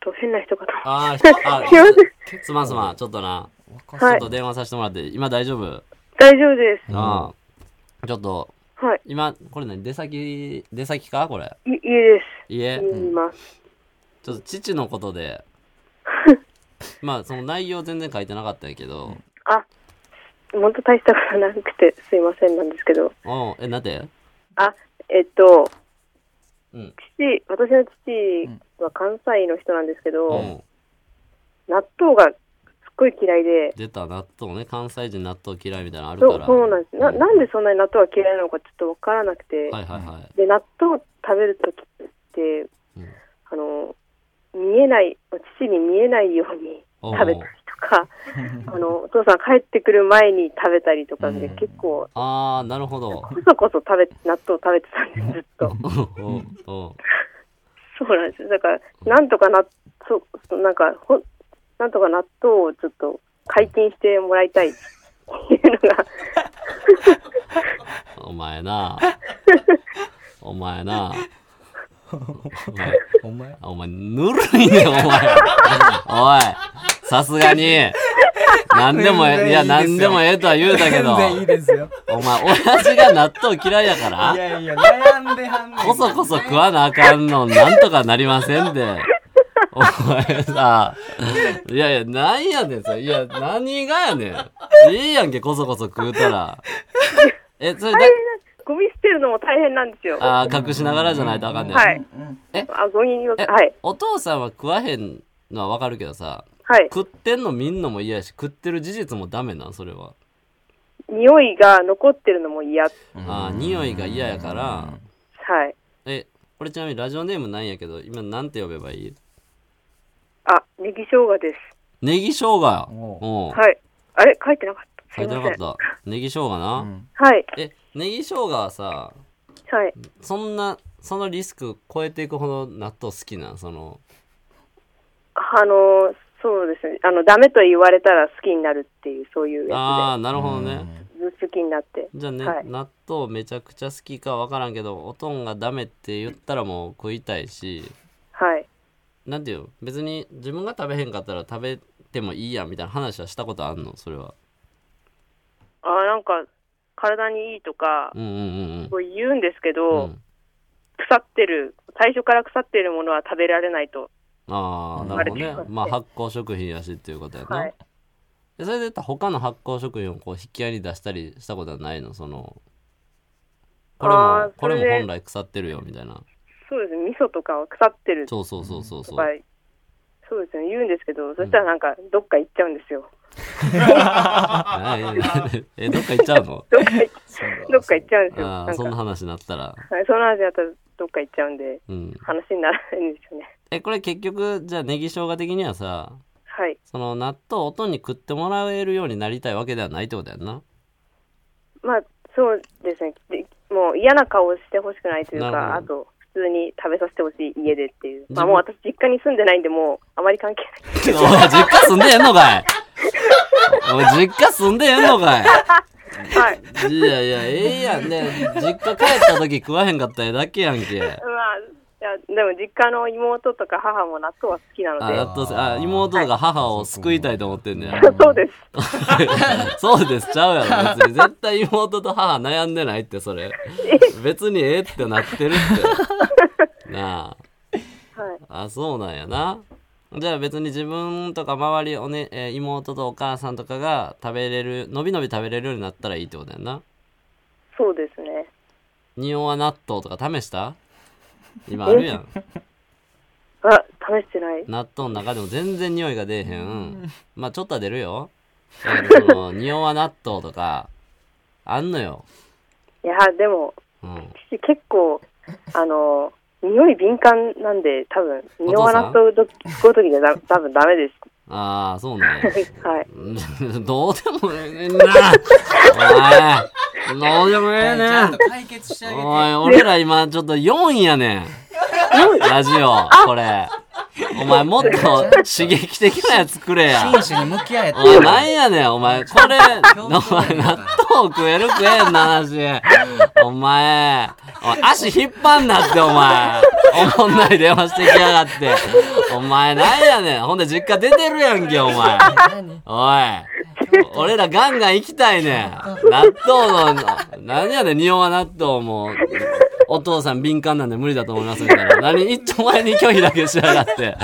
Speaker 6: と変な人かと。
Speaker 2: あーひあ、
Speaker 6: すいません。
Speaker 2: すまんすまん。ちょっとな。ちょ
Speaker 6: は
Speaker 2: っ
Speaker 6: い
Speaker 2: と。電話させてもらって、今大丈夫
Speaker 6: 大丈夫で
Speaker 2: ああ。ちょっと、
Speaker 6: す。はい。
Speaker 2: 今、これね、出先、出先かこれ。
Speaker 6: い、家で
Speaker 2: い
Speaker 6: す。
Speaker 2: え、
Speaker 6: 家にいます。
Speaker 2: ちょっと父のこと で、まあ、その内容全然書いてなかったんやけど、
Speaker 6: あ、本当大したことなくて、すいませんなんですけど。
Speaker 2: うん、え、なんて
Speaker 6: あ、えっと、
Speaker 2: うん。
Speaker 6: 父、私の父は関西の人なんですけど、
Speaker 2: うん。
Speaker 6: 納豆がすっごい嫌いで、
Speaker 2: 出た納豆ね、関西人納豆嫌いみたいなのある
Speaker 6: そ
Speaker 2: か
Speaker 6: う
Speaker 2: ら。
Speaker 6: そうなんです。な
Speaker 2: うん
Speaker 6: なんでそんなに納豆が嫌いなのかちょっとわからなくて、
Speaker 2: はいはいはい。
Speaker 6: で納豆を食べるときって、
Speaker 2: うん
Speaker 6: あの見えない父に見えないように
Speaker 2: おう
Speaker 6: 食べたり とかあのお父さん帰ってくる前に食べたりとかで、
Speaker 3: うん
Speaker 6: 結構
Speaker 2: あー、なるほど。
Speaker 6: こそこそ食べ納豆を食べてたんですずっ と
Speaker 2: おお
Speaker 6: そうなんですよだからなんとかなそうそうなんかほなんとか納豆をちょっと解禁してもらいたいっていうの が
Speaker 2: お前な。お前な。
Speaker 3: お前。
Speaker 2: お前、ぬるいね、お前。おい、さすがに。何でもえ、いや、何でもええとは言うたけど、
Speaker 3: 全然いいですよ。
Speaker 2: お前、親父が納豆嫌いやか
Speaker 3: い
Speaker 2: ら、
Speaker 3: やいや、悩んではんねん。
Speaker 2: こそこそ食わなあかんの、なんとかなりませんで。お前さ、いやいや、なんやねん、それ。いや、何がやねん。いいやんけ、こそこそ食うたら。え、それだ、
Speaker 6: ゴミ捨てるのも大変なんですよ。は
Speaker 2: あー隠しながらじゃないとあかんねん。
Speaker 6: い。
Speaker 2: え
Speaker 6: あゴミをは
Speaker 2: え、
Speaker 6: い
Speaker 2: お父さんは食わへんのはわかるけどさ、
Speaker 6: はい。
Speaker 2: 食ってんの見んのも嫌やし食ってる事実もダメなんそれは、
Speaker 6: 匂いが残ってるのも嫌。は
Speaker 2: ああ匂いが嫌やから
Speaker 6: い。
Speaker 2: えこれちなみにラジオネームなんやけど今なんて呼べばいい
Speaker 6: あ、ネギ生姜です。
Speaker 2: ネギ生姜や
Speaker 3: お
Speaker 2: お
Speaker 6: はい。あれ書いてなかった。す
Speaker 2: 書
Speaker 6: い
Speaker 2: いて
Speaker 6: ま
Speaker 2: な
Speaker 6: せ
Speaker 2: か
Speaker 6: ん。
Speaker 2: ったネギ生姜な、
Speaker 3: うん
Speaker 6: はい。
Speaker 2: えネギ生姜はさ
Speaker 6: はい。
Speaker 2: そんなそのリスク超えていくほど納豆好きなんその
Speaker 6: あのー、そうですね。あの、ダメと言われたら好きになるっていう、そういう
Speaker 2: あ
Speaker 6: や
Speaker 2: あなるほどね、
Speaker 6: つで、ずっと好きになって。
Speaker 2: じゃあね、
Speaker 6: はい
Speaker 2: 納豆めちゃくちゃ好きかわからんけどおとんがダメって言ったらもう食いたいし
Speaker 6: はい。
Speaker 2: なんていうの別に自分が食べへんかったら食べてもいいやんみたいな話はしたことあんのそれは
Speaker 6: あーなんか、体にいいとか、
Speaker 2: うんうんうん
Speaker 6: そう言うんですけ
Speaker 2: うんう
Speaker 6: ど、
Speaker 2: ん
Speaker 6: 腐ってる、最初から腐ってるものは食べられないと。
Speaker 2: ああなるほどねまあ発酵食品やしっていうことやな、
Speaker 6: はい。
Speaker 2: でそれで言ったら他の発酵食品をこう引き合いに出したりしたことはないのそのこれ
Speaker 6: あ
Speaker 2: も
Speaker 6: ー
Speaker 2: これ
Speaker 6: それ
Speaker 2: も
Speaker 6: で
Speaker 2: 本来腐ってるよみたいな
Speaker 6: そうですね。味噌とかは腐ってる
Speaker 2: そうそうそうそう
Speaker 6: と
Speaker 2: そ
Speaker 6: か
Speaker 2: う、
Speaker 6: そうですね。言うんですけど、そしたらなんか、どっか行っちゃうんですよ。
Speaker 2: はいえどっか行っちゃうの
Speaker 6: どっか行っどっか行っちゃうんですよ。
Speaker 2: あ
Speaker 6: な
Speaker 2: あ
Speaker 6: んか
Speaker 2: そんな話になったら
Speaker 6: はい、その話だったらどっか行っちゃうんで、
Speaker 2: うん
Speaker 6: 話にならないんですよね。
Speaker 2: えこれ結局じゃあネギ生姜的にはさ
Speaker 6: はい。
Speaker 2: その納豆を音に食ってもらえるようになりたいわけではないってことやん な。
Speaker 6: まあ、そうですね。でもう嫌な顔をしてほしくないというか、
Speaker 2: な
Speaker 6: あ
Speaker 2: る
Speaker 6: と、普通に食べさせてほしい家でっていう。ま
Speaker 2: 自
Speaker 6: あ、
Speaker 2: 分
Speaker 6: もう私、実家に住んでないんで、もう、あまり関係ない。
Speaker 2: おい、実家住んでへんのかいおい、実家住んでへんのかい
Speaker 6: はい。
Speaker 2: いやいや、ええやんね。実家帰った時食わへんかったやだけやんけ。
Speaker 6: まあ、いやでも、実家の妹とか母も納豆は好きなの
Speaker 2: あ、
Speaker 6: で、
Speaker 2: やっとあ、妹が母を救いたいと思ってんねや。
Speaker 6: そうです。
Speaker 2: そうです、ちゃうやろ、別に。絶対妹と母悩んでないって、それ。別にええってなってるって。なあ。
Speaker 6: はい。
Speaker 2: あそうなんやなじゃあ別に自分とか周りお、ねえー妹とお母さんとかが食べれるのびのび食べれるようになったらいいってことやな
Speaker 6: そうですね。
Speaker 2: 匂は納豆とか試した今あるやん
Speaker 6: あ、試してない。
Speaker 2: 納豆の中でも全然匂いが出えへんまあちょっとは出るよだけどその匂は納豆とかあんのよ、
Speaker 6: いや、でも、
Speaker 2: うん、
Speaker 6: 父結構、あの、匂い敏感なんで、多分、匂
Speaker 2: お
Speaker 6: わ
Speaker 2: 父さん
Speaker 6: なそうとごときでだ多分ダメです。
Speaker 2: ああ、そうね。
Speaker 6: はい。
Speaker 2: どうでもええねんな。おい。どうでもええ
Speaker 3: ち
Speaker 2: ね
Speaker 3: ゃん
Speaker 2: ん
Speaker 3: と。解決してあげて。
Speaker 2: おい、俺ら今ちょっと4位やねん。ラジオ、これ。お前もっと刺激的なやつくれや。
Speaker 3: 真摯に向き合えって
Speaker 2: お前なんやねん、お前。これ、お前納豆食える食えんな話。お前、おい足引っ張んなって、お前。おもんない電話してきやがって。お前なんやねん。ほんで実家出てるやんけ、お前。おい。俺らガンガン行きたいねん。納豆の、何やねん、匂わ納豆も。お父さん敏感なんで無理だと思いますみたいな。何一丁前に拒否だけしやがって。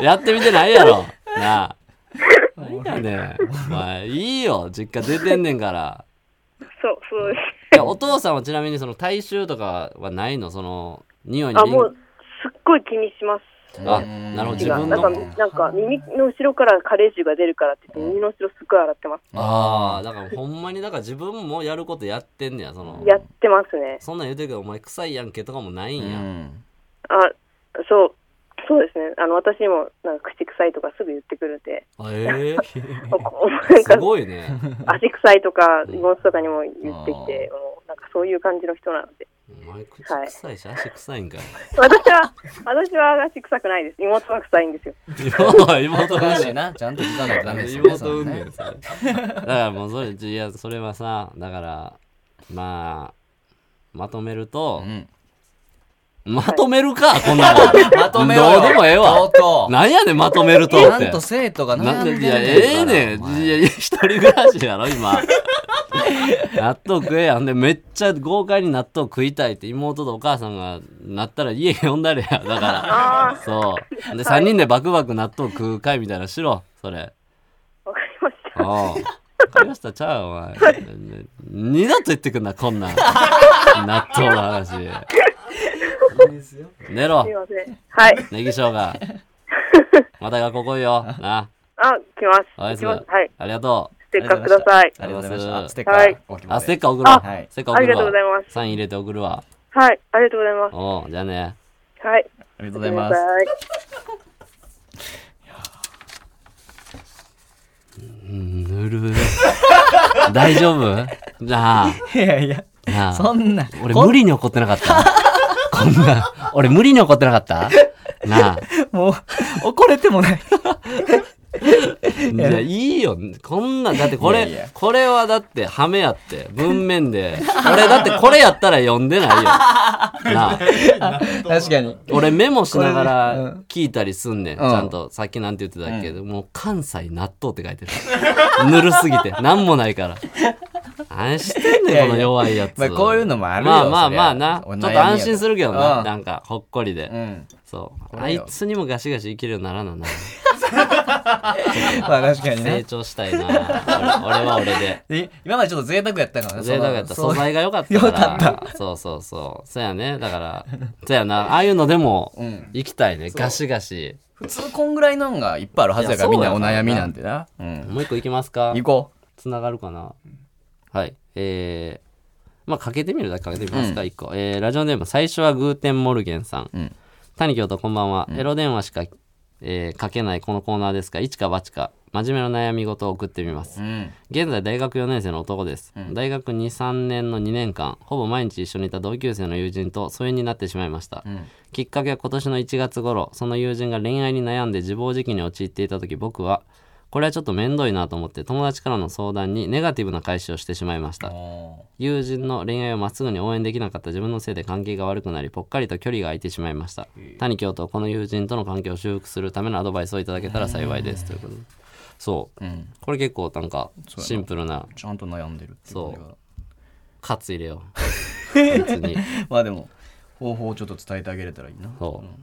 Speaker 2: やってみてないやろ。なあ。何やねん。お前、いいよ。実家出てんねんから。
Speaker 6: そう、そうです。
Speaker 2: いや、お父さんはちなみにその体臭とかはないのその、匂いに
Speaker 6: あ、
Speaker 2: 敏
Speaker 6: もう、すっごい気にします。
Speaker 2: あ、なるほど。
Speaker 6: 気
Speaker 2: 自
Speaker 6: が
Speaker 2: 分
Speaker 6: なんか、
Speaker 2: の。
Speaker 6: なんか耳の後ろから加齢臭が出るからって言って、耳の後ろすっごい洗ってます。
Speaker 2: ああ、だからほんまに、だから自分もやることやってんねや。その、
Speaker 6: やってますね。
Speaker 2: そんなん言うてるけど、お前臭いやんけとかもない
Speaker 3: うん
Speaker 2: や。
Speaker 3: ん。
Speaker 6: あ、そう、そうですね。あの、私にも、なんか口臭いとかすぐ言ってくるん で、
Speaker 2: あええ
Speaker 6: おおなん
Speaker 2: す
Speaker 6: か
Speaker 2: ごいね。
Speaker 6: 足臭いとか、イボスとかにも言ってきて、
Speaker 3: う
Speaker 6: もうなんかそういう感じの人なので。
Speaker 2: お前口臭いし、足臭いんかい。
Speaker 6: 私は、私は足臭くないです。妹は臭いんですよ。
Speaker 2: 妹、妹
Speaker 3: だ
Speaker 2: が
Speaker 3: しな、ちゃんと聞かないとダメですよね。
Speaker 2: 妹産んでるそれだからもうそれいやそれはさだからまあまとめると
Speaker 3: う、ん。
Speaker 2: まとめるかこんなもん
Speaker 3: まとめろよ
Speaker 2: どうでもええわ
Speaker 3: とうと
Speaker 2: なんやねんまとめると
Speaker 3: う。ち
Speaker 2: っ
Speaker 3: ゃ
Speaker 2: て
Speaker 3: んと生徒が
Speaker 2: な
Speaker 3: 悩
Speaker 2: んで
Speaker 3: ん
Speaker 2: い
Speaker 3: で
Speaker 2: や
Speaker 3: る
Speaker 2: ええね
Speaker 3: ん
Speaker 2: ん
Speaker 3: だから
Speaker 2: いやいや一人暮らしやろ今 納豆食えやんでめっちゃ豪快に納豆食いたいって妹とお母さんがなったら家呼んだれやだからそうで3人でバクバク納豆食う会みたいなのしろそれ
Speaker 6: わかりました。
Speaker 2: うん。わかりました、ちゃうわ、お前。二度と言ってくんな、こんなん。納豆の話。寝ろ
Speaker 6: すい、ません。はい。
Speaker 2: ネギ生姜。また学校来いよ。な。
Speaker 6: あ、来ます。
Speaker 2: おやすみ。
Speaker 6: 来ます。はい。
Speaker 2: ありがとう。
Speaker 6: ステッカーください。
Speaker 3: ありがとうございました。ステッ
Speaker 6: は
Speaker 3: カ
Speaker 6: い
Speaker 3: ー。
Speaker 2: あ、ステッ
Speaker 3: カ
Speaker 2: カー送るわ。
Speaker 3: はい
Speaker 2: ステッカー
Speaker 6: あ
Speaker 2: 送
Speaker 6: り
Speaker 2: る
Speaker 6: がとうござい
Speaker 2: わ。
Speaker 6: ます。
Speaker 2: サイン入れて送るわ。
Speaker 6: はい。ありがとうございます。
Speaker 2: おう、じゃあね。
Speaker 6: はい。
Speaker 3: ありがと
Speaker 6: ご
Speaker 3: うござ
Speaker 6: め
Speaker 3: い
Speaker 6: んな
Speaker 3: ます。
Speaker 6: さい。
Speaker 2: ぬる い。大丈夫じゃあ、
Speaker 3: いやいや、
Speaker 2: なあ。
Speaker 3: そんな。
Speaker 2: 俺
Speaker 3: こん
Speaker 2: 無理に怒ってなかった。こんな、俺無理に怒ってなかったなあ。
Speaker 3: もう、怒れてもない。
Speaker 2: いや、いいよ。こんなん、だってこれ、
Speaker 3: いやいや
Speaker 2: これはだって、ハメやって、文面で。俺だってこれやったら読んでないよ。なあ。
Speaker 3: 確かに。
Speaker 2: 俺メモしなが
Speaker 3: これねう
Speaker 2: ら
Speaker 3: ん
Speaker 2: 聞いたりすんねん。ち
Speaker 3: うん
Speaker 2: ゃんと、さっきなんて言ってたっけど、もう関西納豆って書いてる。 ぬるすぎて。なんもないから。何してん
Speaker 3: い
Speaker 2: ね
Speaker 3: や
Speaker 2: ん、
Speaker 3: いや
Speaker 2: この弱いやつ。
Speaker 3: まあこういうのもあるよ
Speaker 2: まあまあ
Speaker 3: そりゃ
Speaker 2: まあな。ちょ
Speaker 3: お
Speaker 2: っ
Speaker 3: 悩み
Speaker 2: と
Speaker 3: やで
Speaker 2: 安心するけど
Speaker 3: う
Speaker 2: な。
Speaker 3: ん
Speaker 2: なんか、ほっこりで。
Speaker 3: うん。
Speaker 2: そう。
Speaker 3: こ
Speaker 2: あ
Speaker 3: れよ
Speaker 2: いつにもガシガシいけるようにならなな。
Speaker 3: まあ確かに
Speaker 2: 成
Speaker 3: ね。
Speaker 2: 長したいな。俺俺は俺で。
Speaker 3: で今までちょっと贅沢やったからね。
Speaker 2: 贅沢やった
Speaker 3: その
Speaker 2: 素
Speaker 3: そう
Speaker 2: 材が良かったから
Speaker 3: 良か
Speaker 2: そうそうそうそやねだからそやなああいうのでも
Speaker 3: うん
Speaker 2: 行きたいね、ガシガシ
Speaker 3: 普通こんぐらいのがいっぱいあるはずやから、
Speaker 2: い
Speaker 3: み
Speaker 2: や
Speaker 3: ん
Speaker 2: そうや
Speaker 3: な
Speaker 2: から
Speaker 3: お悩みなんてな。うん。
Speaker 2: もう一個行きますか
Speaker 3: 行こ
Speaker 2: つながるかなはいえー、まあかけてみるだけかけてみますか、一個えー、ラジオネーム最初はグーテンモルゲンさん、
Speaker 3: うん
Speaker 2: 谷京都こんばんは、エロ電話しか、えーかけないこのコーナーですが一か八か真面目な悩み事を送ってみます
Speaker 3: う。うん。
Speaker 2: 現在大学4年生の男です、大学23年の2年間ほぼ毎日一緒にいた同級生の友人と疎遠になってしまいました、
Speaker 3: ん
Speaker 2: きっかけは今年の1月頃その友人が恋愛に悩んで自暴自棄に陥っていた時僕はこれはちょっと面倒いなと思って友達からの相談にネガティブな返しをしてしまいました友人の恋愛をまっすぐに応援できなかった自分のせいで関係が悪くなりぽっかりと距離が空いてしまいました谷京都はこの友人との関係を修復するためのアドバイスをいただけたら幸いですということでそう、
Speaker 3: うん。
Speaker 2: これ結構なんかシンプルな
Speaker 3: ちゃんと悩んでるっていう感じが
Speaker 2: そカツ 入れよう別に
Speaker 3: まあでも、方法をちょっと伝えてあげれたらいいな。
Speaker 2: そう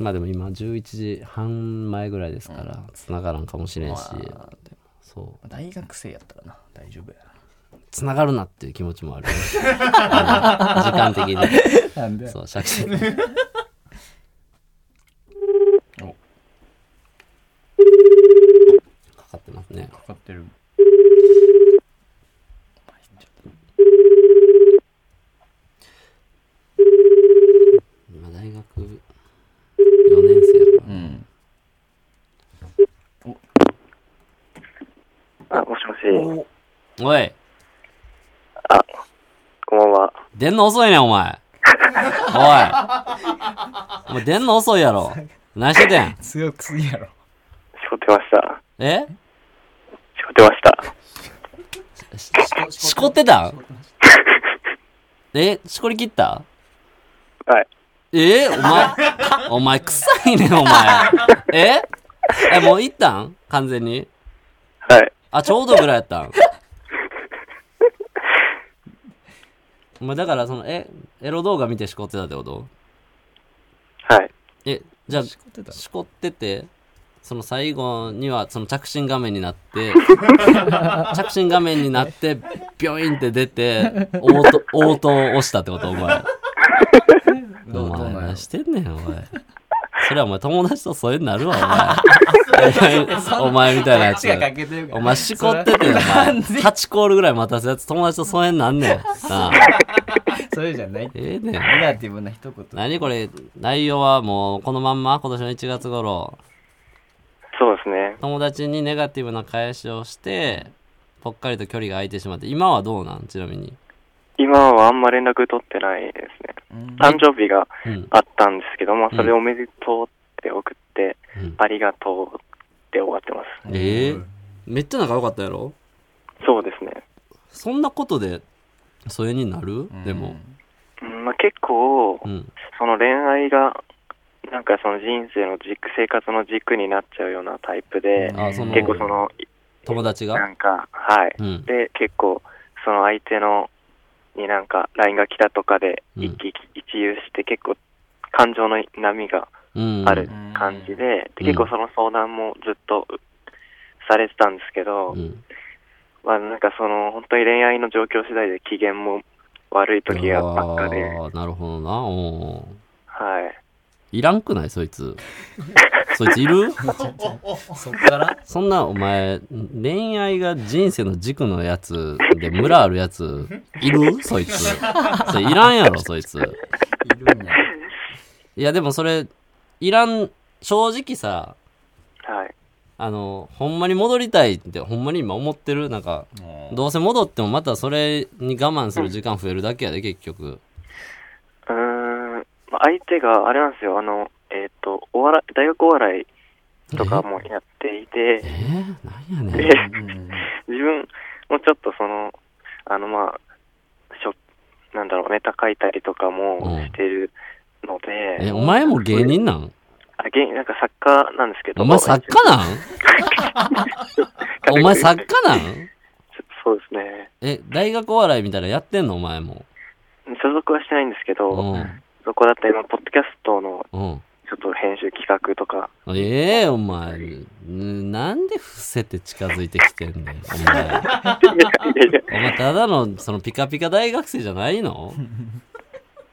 Speaker 2: まあでも今11時半前ぐらいですから繋がらんかもしれんしそう
Speaker 3: 大学生やったらな、大丈夫や
Speaker 2: 繋がるなっていう気持ちも あるあの時間的 に
Speaker 3: な。なんで
Speaker 2: そうシャキシャキ
Speaker 3: お
Speaker 2: かかってますね
Speaker 3: かかってる。
Speaker 7: もしもし。
Speaker 2: おい、
Speaker 7: あ、こんばんは。
Speaker 2: 出んの遅いねん、お 前。おい。もう出んの遅いやろ。何しててん
Speaker 4: 強くすぎやろ。
Speaker 7: しこってました。
Speaker 2: え
Speaker 7: しこってました。
Speaker 2: しこってたんえしこり切った
Speaker 7: はい。
Speaker 2: えお前、お前臭いねん、お前。ええ、もう行ったん完全に。
Speaker 7: はい。
Speaker 2: あ、ちょうどぐらいやったん。お前だから、その、え、エロ動画見てしこってたってこと
Speaker 7: はい。
Speaker 2: え、じゃあ、しこってて、その最後には、その着信画面にな って、着信画面になって、ビョインって出て、応答、応答を押したってことお前。
Speaker 3: どう
Speaker 2: お
Speaker 3: どう
Speaker 2: 前、
Speaker 3: なんやろ
Speaker 2: 何してんねん、お前。それはお前友達とそういうのなるわ、 お 前。お前みたいなやつ。
Speaker 3: けてる
Speaker 2: お前しこってて、お前。8コールぐらい待たせやつ、友達と疎遠なんねん。なあ
Speaker 3: それじゃない って
Speaker 2: ええねん。
Speaker 3: ネガティブな一言
Speaker 2: 何これ、内容はもう、このまんま、今年の1月頃、
Speaker 7: そうですね。
Speaker 2: 友達にネガティブな返しをして、ぽっかりと距離が空いてしまって、今はどうなんちなみに。
Speaker 7: 今はあんま連絡取ってないですね。誕生日が
Speaker 2: うん。
Speaker 7: あったんですけども、それおめでとうって送って、
Speaker 2: うん
Speaker 7: ありがとうって終わってます。
Speaker 2: ええめっちゃ仲良かったやろ
Speaker 7: そうですね。
Speaker 2: そんなことで、疎遠になるでも。
Speaker 7: うんまあ、結構
Speaker 2: う、ん。
Speaker 7: その恋愛が、なんかその人生の軸、生活の軸になっちゃうようなタイプで、
Speaker 2: あ、その、
Speaker 7: 結構その、
Speaker 2: 友達
Speaker 7: な
Speaker 2: が
Speaker 7: んか、はい。
Speaker 2: うん。
Speaker 7: で、結構、その相手の、になんか、LINE が来たとかで、
Speaker 2: うん
Speaker 7: 一喜一憂して、結構、感情の波が
Speaker 2: うん。
Speaker 7: ある感じで、で
Speaker 2: うん
Speaker 7: 結構その相談もずっとされてたんですけど、
Speaker 2: うん。
Speaker 7: まあなんかその、本当に恋愛の状況次第で機嫌も悪い時がばっかで、
Speaker 2: あーなるほどな。おー
Speaker 7: はい。
Speaker 2: いらんくないそいつ。 そいついる
Speaker 3: そっから
Speaker 2: そんなお前、恋愛が人生の軸のやつで村あるやつ、いるそいつ。それいらんやろ、そいつ。
Speaker 3: いるん や
Speaker 2: いや、でもそれ、いらん、正直さ、
Speaker 7: はい。
Speaker 2: あの、ほんまに戻りたいって、ほんまに今思ってるなんか、どうせ戻ってもまたそれに我慢する時間増えるだけやで、結局。
Speaker 7: うーん、まあ相手が、あれなんですよ、あの、えっ、と、お笑い、大学お笑いとかもやっていて、
Speaker 2: えー、なんやねん
Speaker 7: で。
Speaker 3: うん
Speaker 7: 自分もちょっとその、あのまあ、しょなんだろう、ネタ書いたりとかも
Speaker 2: うん
Speaker 7: してるので、
Speaker 2: え、お前も芸人なん
Speaker 7: あ芸なんか作家なんですけど、
Speaker 2: お前作家なん お前作家なん
Speaker 7: ちょそうですね。
Speaker 2: え、大学お笑いみたいなのやってんのお前も。
Speaker 7: 所属はしてないんですけ
Speaker 2: う
Speaker 7: ど、
Speaker 2: ん。
Speaker 7: そこだったり、まあポッドキャストの
Speaker 2: うん。
Speaker 7: ちょっと編集企画と か、
Speaker 2: ええお前。んなんで伏せて近づいてきてんねん。お前。
Speaker 7: いやいやい
Speaker 2: お前ただの、そのピカピカ大学生じゃない の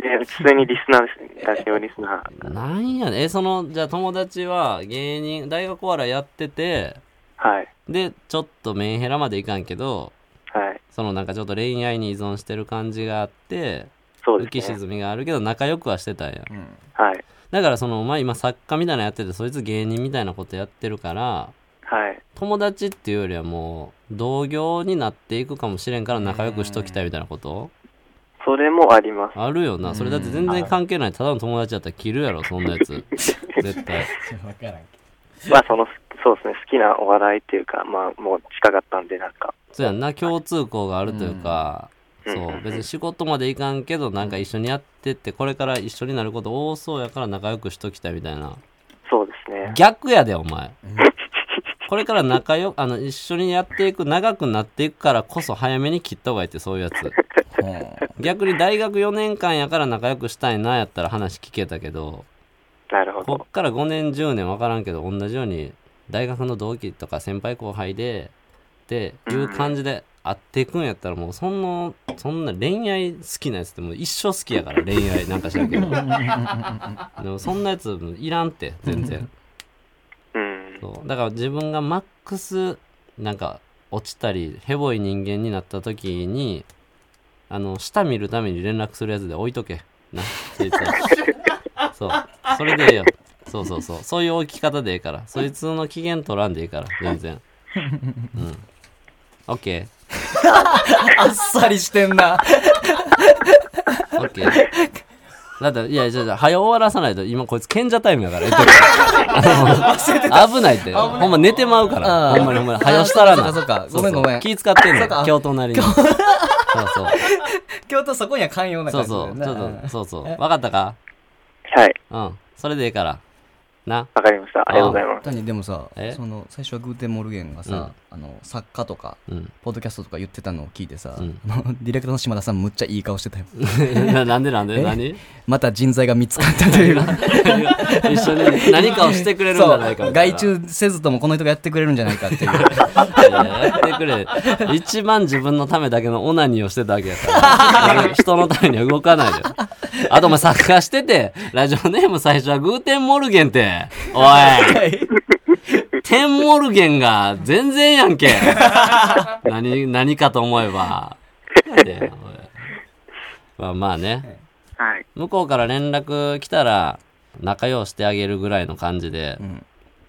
Speaker 7: やいや、普通にリスナーですね。ラジオリスナー。
Speaker 2: なんやねん。え、その、じゃあ友達は芸人、大学お笑いやってて、
Speaker 7: はい。
Speaker 2: で、ちょっとメンヘラまでいかんけど、
Speaker 7: はい。
Speaker 2: そのなんかちょっと恋愛に依存してる感じがあって、
Speaker 7: そう
Speaker 2: 浮
Speaker 7: で
Speaker 2: き
Speaker 7: すね。
Speaker 2: 沈みがあるけど仲良くはしてたんや。
Speaker 7: はい。
Speaker 2: だからそのお前今作家みたいなのやっててそいつ芸人みたいなことやってるから
Speaker 7: はい。
Speaker 2: 友達っていうよりはもう同業になっていくかもしれんから仲良くしときたいみたいなこと
Speaker 7: それもあります。
Speaker 2: あるよなそれだって全然関係ないただの友達やったら切るやろそんなやつ絶対
Speaker 3: 分からんけ
Speaker 7: まあ、その、そうですね。好きなお笑いっていうか、まあ、もう近かったんで、なんか、
Speaker 2: そうやんな共通項があるというかそう別に仕事までいかんけどなんか一緒にやってってこれから一緒になること多そうやから仲良くしときたいみたいな
Speaker 7: そうですね。
Speaker 2: 逆やでお前これから仲良くあの一緒にやっていく長くなっていくからこそ早めに切った方がいいってそういうやつ
Speaker 3: どうん
Speaker 2: 逆に大学4年間やから仲良くしたいなやったら話聞けたけど
Speaker 7: なるほ
Speaker 2: こ
Speaker 7: ど
Speaker 2: っ。から5年10年分からんけど同じように大学の同期とか先輩後輩でっていう感じで会っていくんやったらもうそんなそんな恋愛好きなやつってもう一生好きやから恋愛なんかしらんけどでもそんなやついらんって全然
Speaker 7: うん。
Speaker 2: そうだから自分がマックスなんか落ちたりヘボい人間になった時にあの下見るために連絡するやつで置いとけ なそいつはそうそれでええよそうそうそうそういう置き方でええからそいつの機嫌取らんでええから全然オッケ
Speaker 3: あっさりしてん な。
Speaker 2: ー。オッケー。だって、いや、じゃあじゃあ早終わらさないと、今こいつ賢者タイムや から、言っとくあの危ないって。ほんま寝てまうから。
Speaker 3: うん
Speaker 2: ほんまにほんまに。早したらな。
Speaker 3: あそうかそ
Speaker 2: そうそう
Speaker 3: うかごめんごめん
Speaker 2: 気使ってん
Speaker 3: そ
Speaker 2: の
Speaker 3: うか。
Speaker 2: 京都なりに。そうそう。
Speaker 3: 京都 そこには寛容な
Speaker 2: そ
Speaker 3: 感
Speaker 2: う
Speaker 3: じ
Speaker 2: そう。ち
Speaker 3: だ
Speaker 2: ょ
Speaker 3: よ
Speaker 2: っ
Speaker 3: ね
Speaker 2: と、そうそう。わかったか
Speaker 7: はい、
Speaker 2: うん。それでいいから。な。
Speaker 7: わかりました。ありがとうございます。
Speaker 3: 単にでもさ
Speaker 2: え
Speaker 3: その最初はグーテンモルゲンがさ、あの作家とか、
Speaker 2: うん。
Speaker 3: ポッドキャストとか言ってたのを聞いてさ、
Speaker 2: うん
Speaker 3: あの ディレクターの島田さんむっちゃいい顔してたよ
Speaker 2: ななんでなんで
Speaker 3: え
Speaker 2: 何
Speaker 3: また人材が見つかったという
Speaker 2: 一緒に何かをしてくれるんじゃないか
Speaker 3: そう
Speaker 2: みたい
Speaker 3: 外
Speaker 2: な。
Speaker 3: 注せずともこの人がやってくれるんじゃないか っていう
Speaker 2: いややってくれ。一番自分のためだけのオナニーをしてたわけや から。人のためには動かないで。あとお前作家してて、ラジオネーム最初はグーテンモルゲンって。おい。テンモルゲンが全然やんけ。 何、何かと思えば。なんでやおいまあまあね。
Speaker 7: はい、
Speaker 2: 向こうから連絡来たら、仲良うしてあげるぐらいの感じで。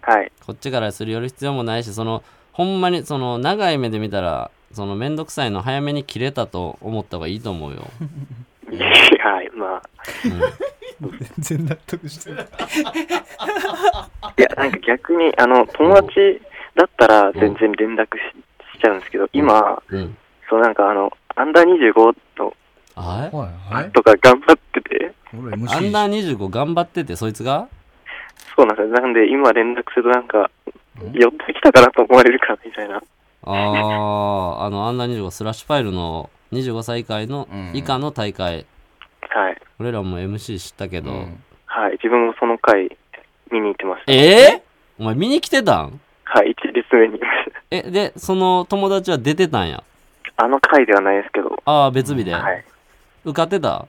Speaker 7: はい、
Speaker 2: こっちからするよる必要もないしそのほんまにその長い目で見たらその面倒くさいの早めに切れたと思った方がいいと思うよ
Speaker 7: はい、ま
Speaker 3: 全然納得してない
Speaker 7: あ、いや、なんか逆に、あの、友達だったら全然連絡ししちゃうんですけど、今、
Speaker 2: うん
Speaker 7: そうなんかあの、アンダー25の
Speaker 2: あれ
Speaker 3: はいはい
Speaker 7: とか頑張ってて、
Speaker 3: 俺 MC
Speaker 2: アンダー25頑張っててそいつが
Speaker 7: そうなんですよ。なんで今連絡するとなんか、寄ってきたかなと思われるかみたいな。
Speaker 2: あああのアンダー25スラッシュファイルの25歳以下の
Speaker 3: うん
Speaker 2: 以下の大会、
Speaker 7: はい。
Speaker 2: 俺らも MC 知ったけど、
Speaker 3: うん
Speaker 7: はい。自分もその回見に行ってました。
Speaker 2: えー、お前見に来てたん
Speaker 7: はい。一列目に いまし
Speaker 2: えでその友達は出てたんや
Speaker 7: た。あの回ではないですけど。
Speaker 2: ああ別日で、
Speaker 7: はい。
Speaker 2: 受かってた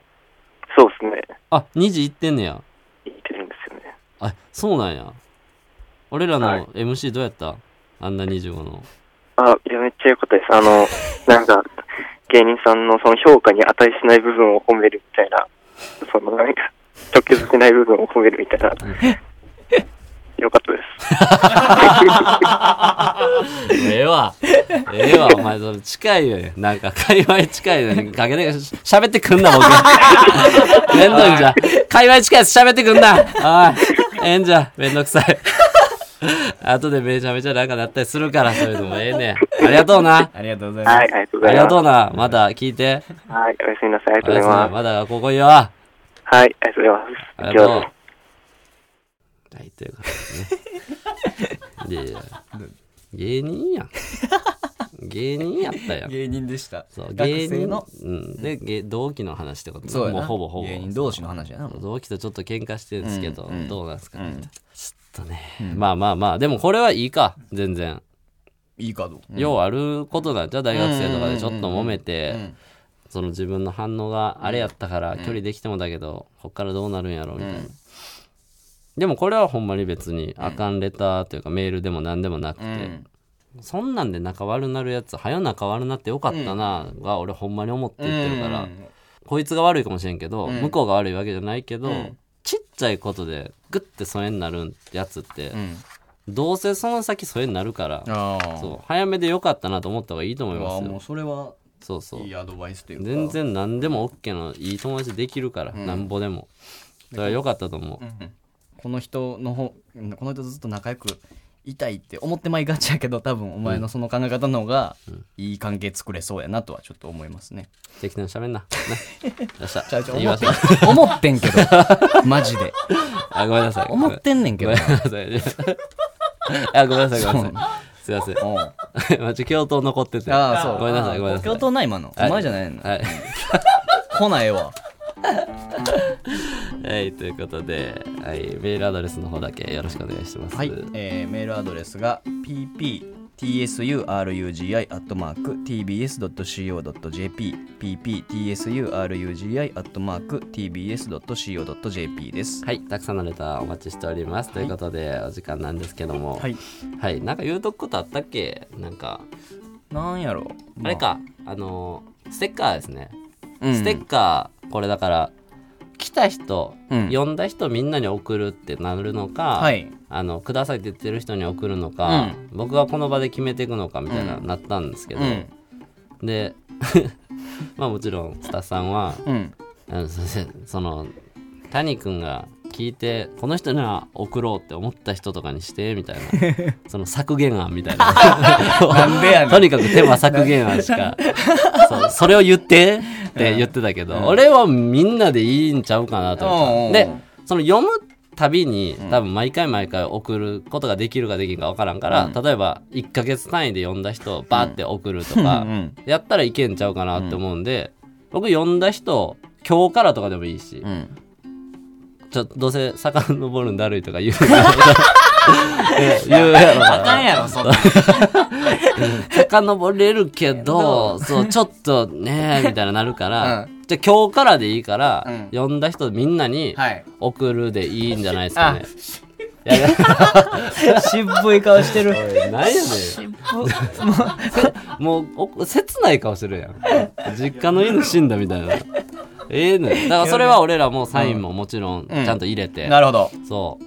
Speaker 7: そうですね。
Speaker 2: あ2時行ってんねや
Speaker 7: 行ってるんですよね。
Speaker 2: あそうなんや俺ら
Speaker 7: は
Speaker 2: の
Speaker 7: い
Speaker 2: MC どうやった、あんな25の
Speaker 7: あ、いや、めっちゃ良かったです。あ の、なんか、芸人さんのその評価に値しない部分を褒めるみたいな、そのなんか、直結してない部分を褒めるみたい な。良かったです。
Speaker 2: ええわええわお前それ近いよねなんか界隈近いよねかけてし喋ってくんな僕めんどいんじゃ界隈近いやつ喋ってくんなあいええんじゃめんどくさい後でめちゃめちゃなんかなったりするからそういうのもええねありがとうな
Speaker 3: ありがとうございます、
Speaker 7: はい、ありがとうご
Speaker 2: あ
Speaker 7: ざい
Speaker 2: りが
Speaker 7: ます
Speaker 2: とう。なまた聞いて
Speaker 7: はい、おやすみなさい。あり
Speaker 2: お
Speaker 7: がとう
Speaker 2: やすみ
Speaker 7: ございます。
Speaker 2: まだここいいわ
Speaker 7: はい、ありがとうございます。
Speaker 2: あ
Speaker 7: 今
Speaker 2: り
Speaker 7: 日
Speaker 2: が
Speaker 7: は
Speaker 2: と
Speaker 7: どう
Speaker 2: うはい、
Speaker 7: も。。
Speaker 2: ということでね。いやいや芸人やん。芸人やったやん。
Speaker 3: 芸人でした
Speaker 2: そう
Speaker 3: 学
Speaker 2: 芸
Speaker 3: 生
Speaker 2: 人
Speaker 3: の
Speaker 2: うん、で、芸同期の話ってことな
Speaker 3: そうやな
Speaker 2: もうほぼほぼ
Speaker 3: 芸人同士の話やな
Speaker 2: 同期とちょっと喧嘩してるんですけど、
Speaker 3: うんうん
Speaker 2: どうなんですかね、ちょっとね、まあまあまあでもこれはいいか全然、
Speaker 3: いいかどう
Speaker 2: ようあることなんじゃう大学生とかでちょっと揉めて、
Speaker 3: うん
Speaker 2: その自分の反応があれやったから距離できてもだけど、こっからどうなるんやろみたいな、でもこれはほんまに別にあかんレターというかメールでも何でもなくて、
Speaker 3: うん
Speaker 2: そんなんで仲悪なるやつ早仲悪なってよかったなが俺ほんまに思って言ってるから、
Speaker 3: うん
Speaker 2: こいつが悪いかもしれんけど、
Speaker 3: うん
Speaker 2: 向こうが悪いわけじゃないけど、
Speaker 3: うん
Speaker 2: ちっちゃいことでグッて疎遠になるやつって、
Speaker 3: うん
Speaker 2: どうせその先疎遠になるから、
Speaker 3: ああ
Speaker 2: そう早めでよかったなと思った方がいいと思いま
Speaker 3: わあ
Speaker 2: す
Speaker 3: も
Speaker 2: よ
Speaker 3: う。それは
Speaker 2: そうそう
Speaker 3: いいアドバイスというか
Speaker 2: 全然何でも OK のいい友達できるから、なんぼでもそれは良かったと思う、
Speaker 3: この人の方この人とずっと仲良くいたいって思ってまいがちやけど多分お前のその考え方の方がいい関係作れそうやなとはちょっと思いますね、
Speaker 2: 適当に喋ん なねよっしゃ
Speaker 3: ちゃうちゃう
Speaker 2: 言いました
Speaker 3: 思ってんけどマジで
Speaker 2: あごめんなさい
Speaker 3: 思ってんねんけ
Speaker 2: ご
Speaker 3: ど
Speaker 2: めん
Speaker 3: な
Speaker 2: なさい あごめんなさいごめんなさいすいません
Speaker 3: おう
Speaker 2: まあちょ京都残ってて
Speaker 3: ああそう
Speaker 2: ごめんなさいごめんなさい
Speaker 3: 京都ない今の、
Speaker 2: はい
Speaker 3: お前じゃないの、
Speaker 2: はい
Speaker 3: 来ないわ
Speaker 2: はい、ということで、はい、メールアドレスの方だけよろしくお願いします。
Speaker 3: はい、えーメールアドレスが pptsurugi.tbs.co.jp pptsurugi.tbs.co.jp です。
Speaker 2: はいたくさんのレターお待ちしております。ということで、お時間なんですけども、
Speaker 3: はい、
Speaker 2: はい、なんか言うとくことあったっけなんか、
Speaker 3: なんやろ
Speaker 2: あれ、か、あの、ステッカーですね。
Speaker 3: まあうん
Speaker 2: ステッカー、これだから、来た人、
Speaker 3: うん
Speaker 2: 呼んだ人みんなに送るってなるのか、
Speaker 3: はい
Speaker 2: あのくださいって言ってる人に送るのか、僕がこの場で決めていくのかみたいな、
Speaker 3: うん
Speaker 2: なったんですけど、
Speaker 3: うん
Speaker 2: で まあもちろんスタッフさんは
Speaker 3: うん
Speaker 2: あの先生その谷君が聞いてこの人には送ろうって思った人とかにしてみたいな その削減案みたいな
Speaker 3: なんでやねん
Speaker 2: とにかく手間削減案しかそうそれを言ってって言ってたけど、俺はみんなでいいんちゃうかなと思った、
Speaker 3: うんうん
Speaker 2: でその読むたびに多分毎回毎回送ることができるかできんか分からんから、例えば1ヶ月単位で読んだ人をバーって送るとか、
Speaker 3: うんうん
Speaker 2: やったらいけんちゃうかなって思うんで、僕読んだ人今日からとかでもいいし、
Speaker 3: うん
Speaker 2: ちょどうせ遡るんだるいとか言う言うやろ
Speaker 3: あかんやろそん な
Speaker 2: 遡れるけど、そう、ちょっと ね、みたいななるから、
Speaker 3: う
Speaker 2: じゃあ今日からでいいから、
Speaker 3: うん
Speaker 2: 呼んだ人みんなに
Speaker 3: はい
Speaker 2: 送るでいいんじゃないですかね。いやいや
Speaker 8: 渋い顔してる。
Speaker 2: 何やねん。もうお、切ない顔してるやん。実家の犬死んだみたいな。ええねんだからそれは俺らもサインももちろんち
Speaker 3: うん
Speaker 2: ゃんと入れて、
Speaker 3: なるほど
Speaker 2: そ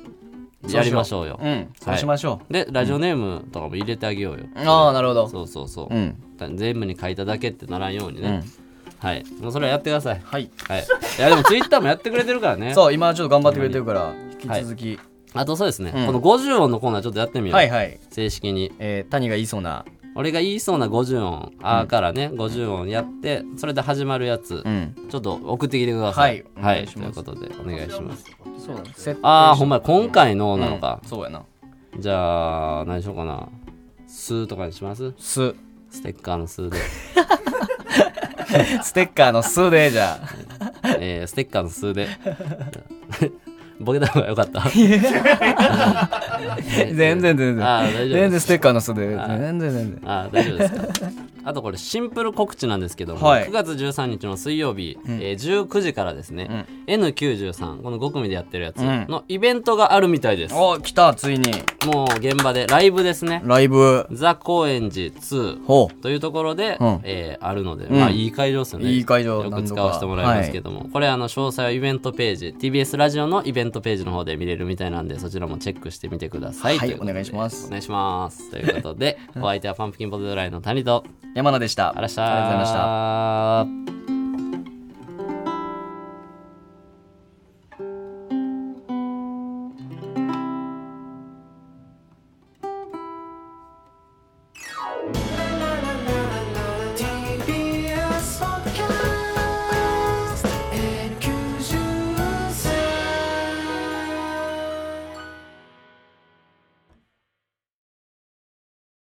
Speaker 2: う、やりましょうよ。
Speaker 3: うんそうしましょ
Speaker 2: で、ラジオネームとかも入れてあげようよ。
Speaker 3: うああなるほど
Speaker 2: そうそうそう。
Speaker 3: うん
Speaker 2: 全部に書いただけってならんように
Speaker 3: う
Speaker 2: ね
Speaker 3: ん、
Speaker 2: はいもうそれはやってください
Speaker 3: はい
Speaker 2: はいいやでもツイッターもやってくれてるからね
Speaker 3: そう今ちょっと頑張ってくれてるから引き続き
Speaker 2: あとそうですね、
Speaker 3: うん
Speaker 2: この50音のコーナーちょっとやってみよう、
Speaker 3: はいはい
Speaker 2: 正式に
Speaker 3: えー谷が言いそうな
Speaker 2: 俺が言いそうな50音「あ」からね、50音やってそれで始まるやつ、
Speaker 3: うん
Speaker 2: ちょっと送ってきてください
Speaker 3: はいお願いし
Speaker 2: と
Speaker 3: ま
Speaker 2: い
Speaker 3: す
Speaker 2: うことでお願いします
Speaker 3: そうだね設定
Speaker 2: ああほんまや今回のなのか
Speaker 3: うん、そうやな
Speaker 2: じゃあ何しようかな「す」とかにします
Speaker 3: す
Speaker 2: ステッカーの「す」 で、
Speaker 3: ステッカーのすでじゃあ
Speaker 2: えー、ステッカーの「す」でボケた方がよかった
Speaker 3: 全然全然
Speaker 2: あー大丈夫です
Speaker 3: 全然ステッカーのすで
Speaker 2: あ
Speaker 3: 全
Speaker 2: ー
Speaker 3: 然全然
Speaker 2: あ大丈夫です かあとこれシンプル告知なんですけども、
Speaker 3: はい
Speaker 2: 9月13日の水曜日、えー19時からですね、N93 この5組でやってるやつ
Speaker 3: ん
Speaker 2: のイベントがあるみたいです、
Speaker 3: お来たついに
Speaker 2: もう現場でライブですね
Speaker 3: ライブ
Speaker 2: 「ザ・高円寺2」
Speaker 3: ほう
Speaker 2: というところで、
Speaker 3: うん
Speaker 2: えーあるので、
Speaker 3: ん
Speaker 2: まあいい会場ですよね
Speaker 3: いい会場
Speaker 2: よく
Speaker 3: 何度
Speaker 2: 使
Speaker 3: か
Speaker 2: わせてもらいますけども、これあの詳細はイベントページ TBS ラジオのイベントページの方で見れるみたいなんでそちらもチェックしてみてください、
Speaker 3: はい
Speaker 2: とうことで
Speaker 3: お願いします
Speaker 2: お願いしますと いうことでお相手はパンプキンポテトフライの谷と
Speaker 3: 山名でした
Speaker 2: ありがとうご
Speaker 3: ありがとうございました
Speaker 2: ざいました。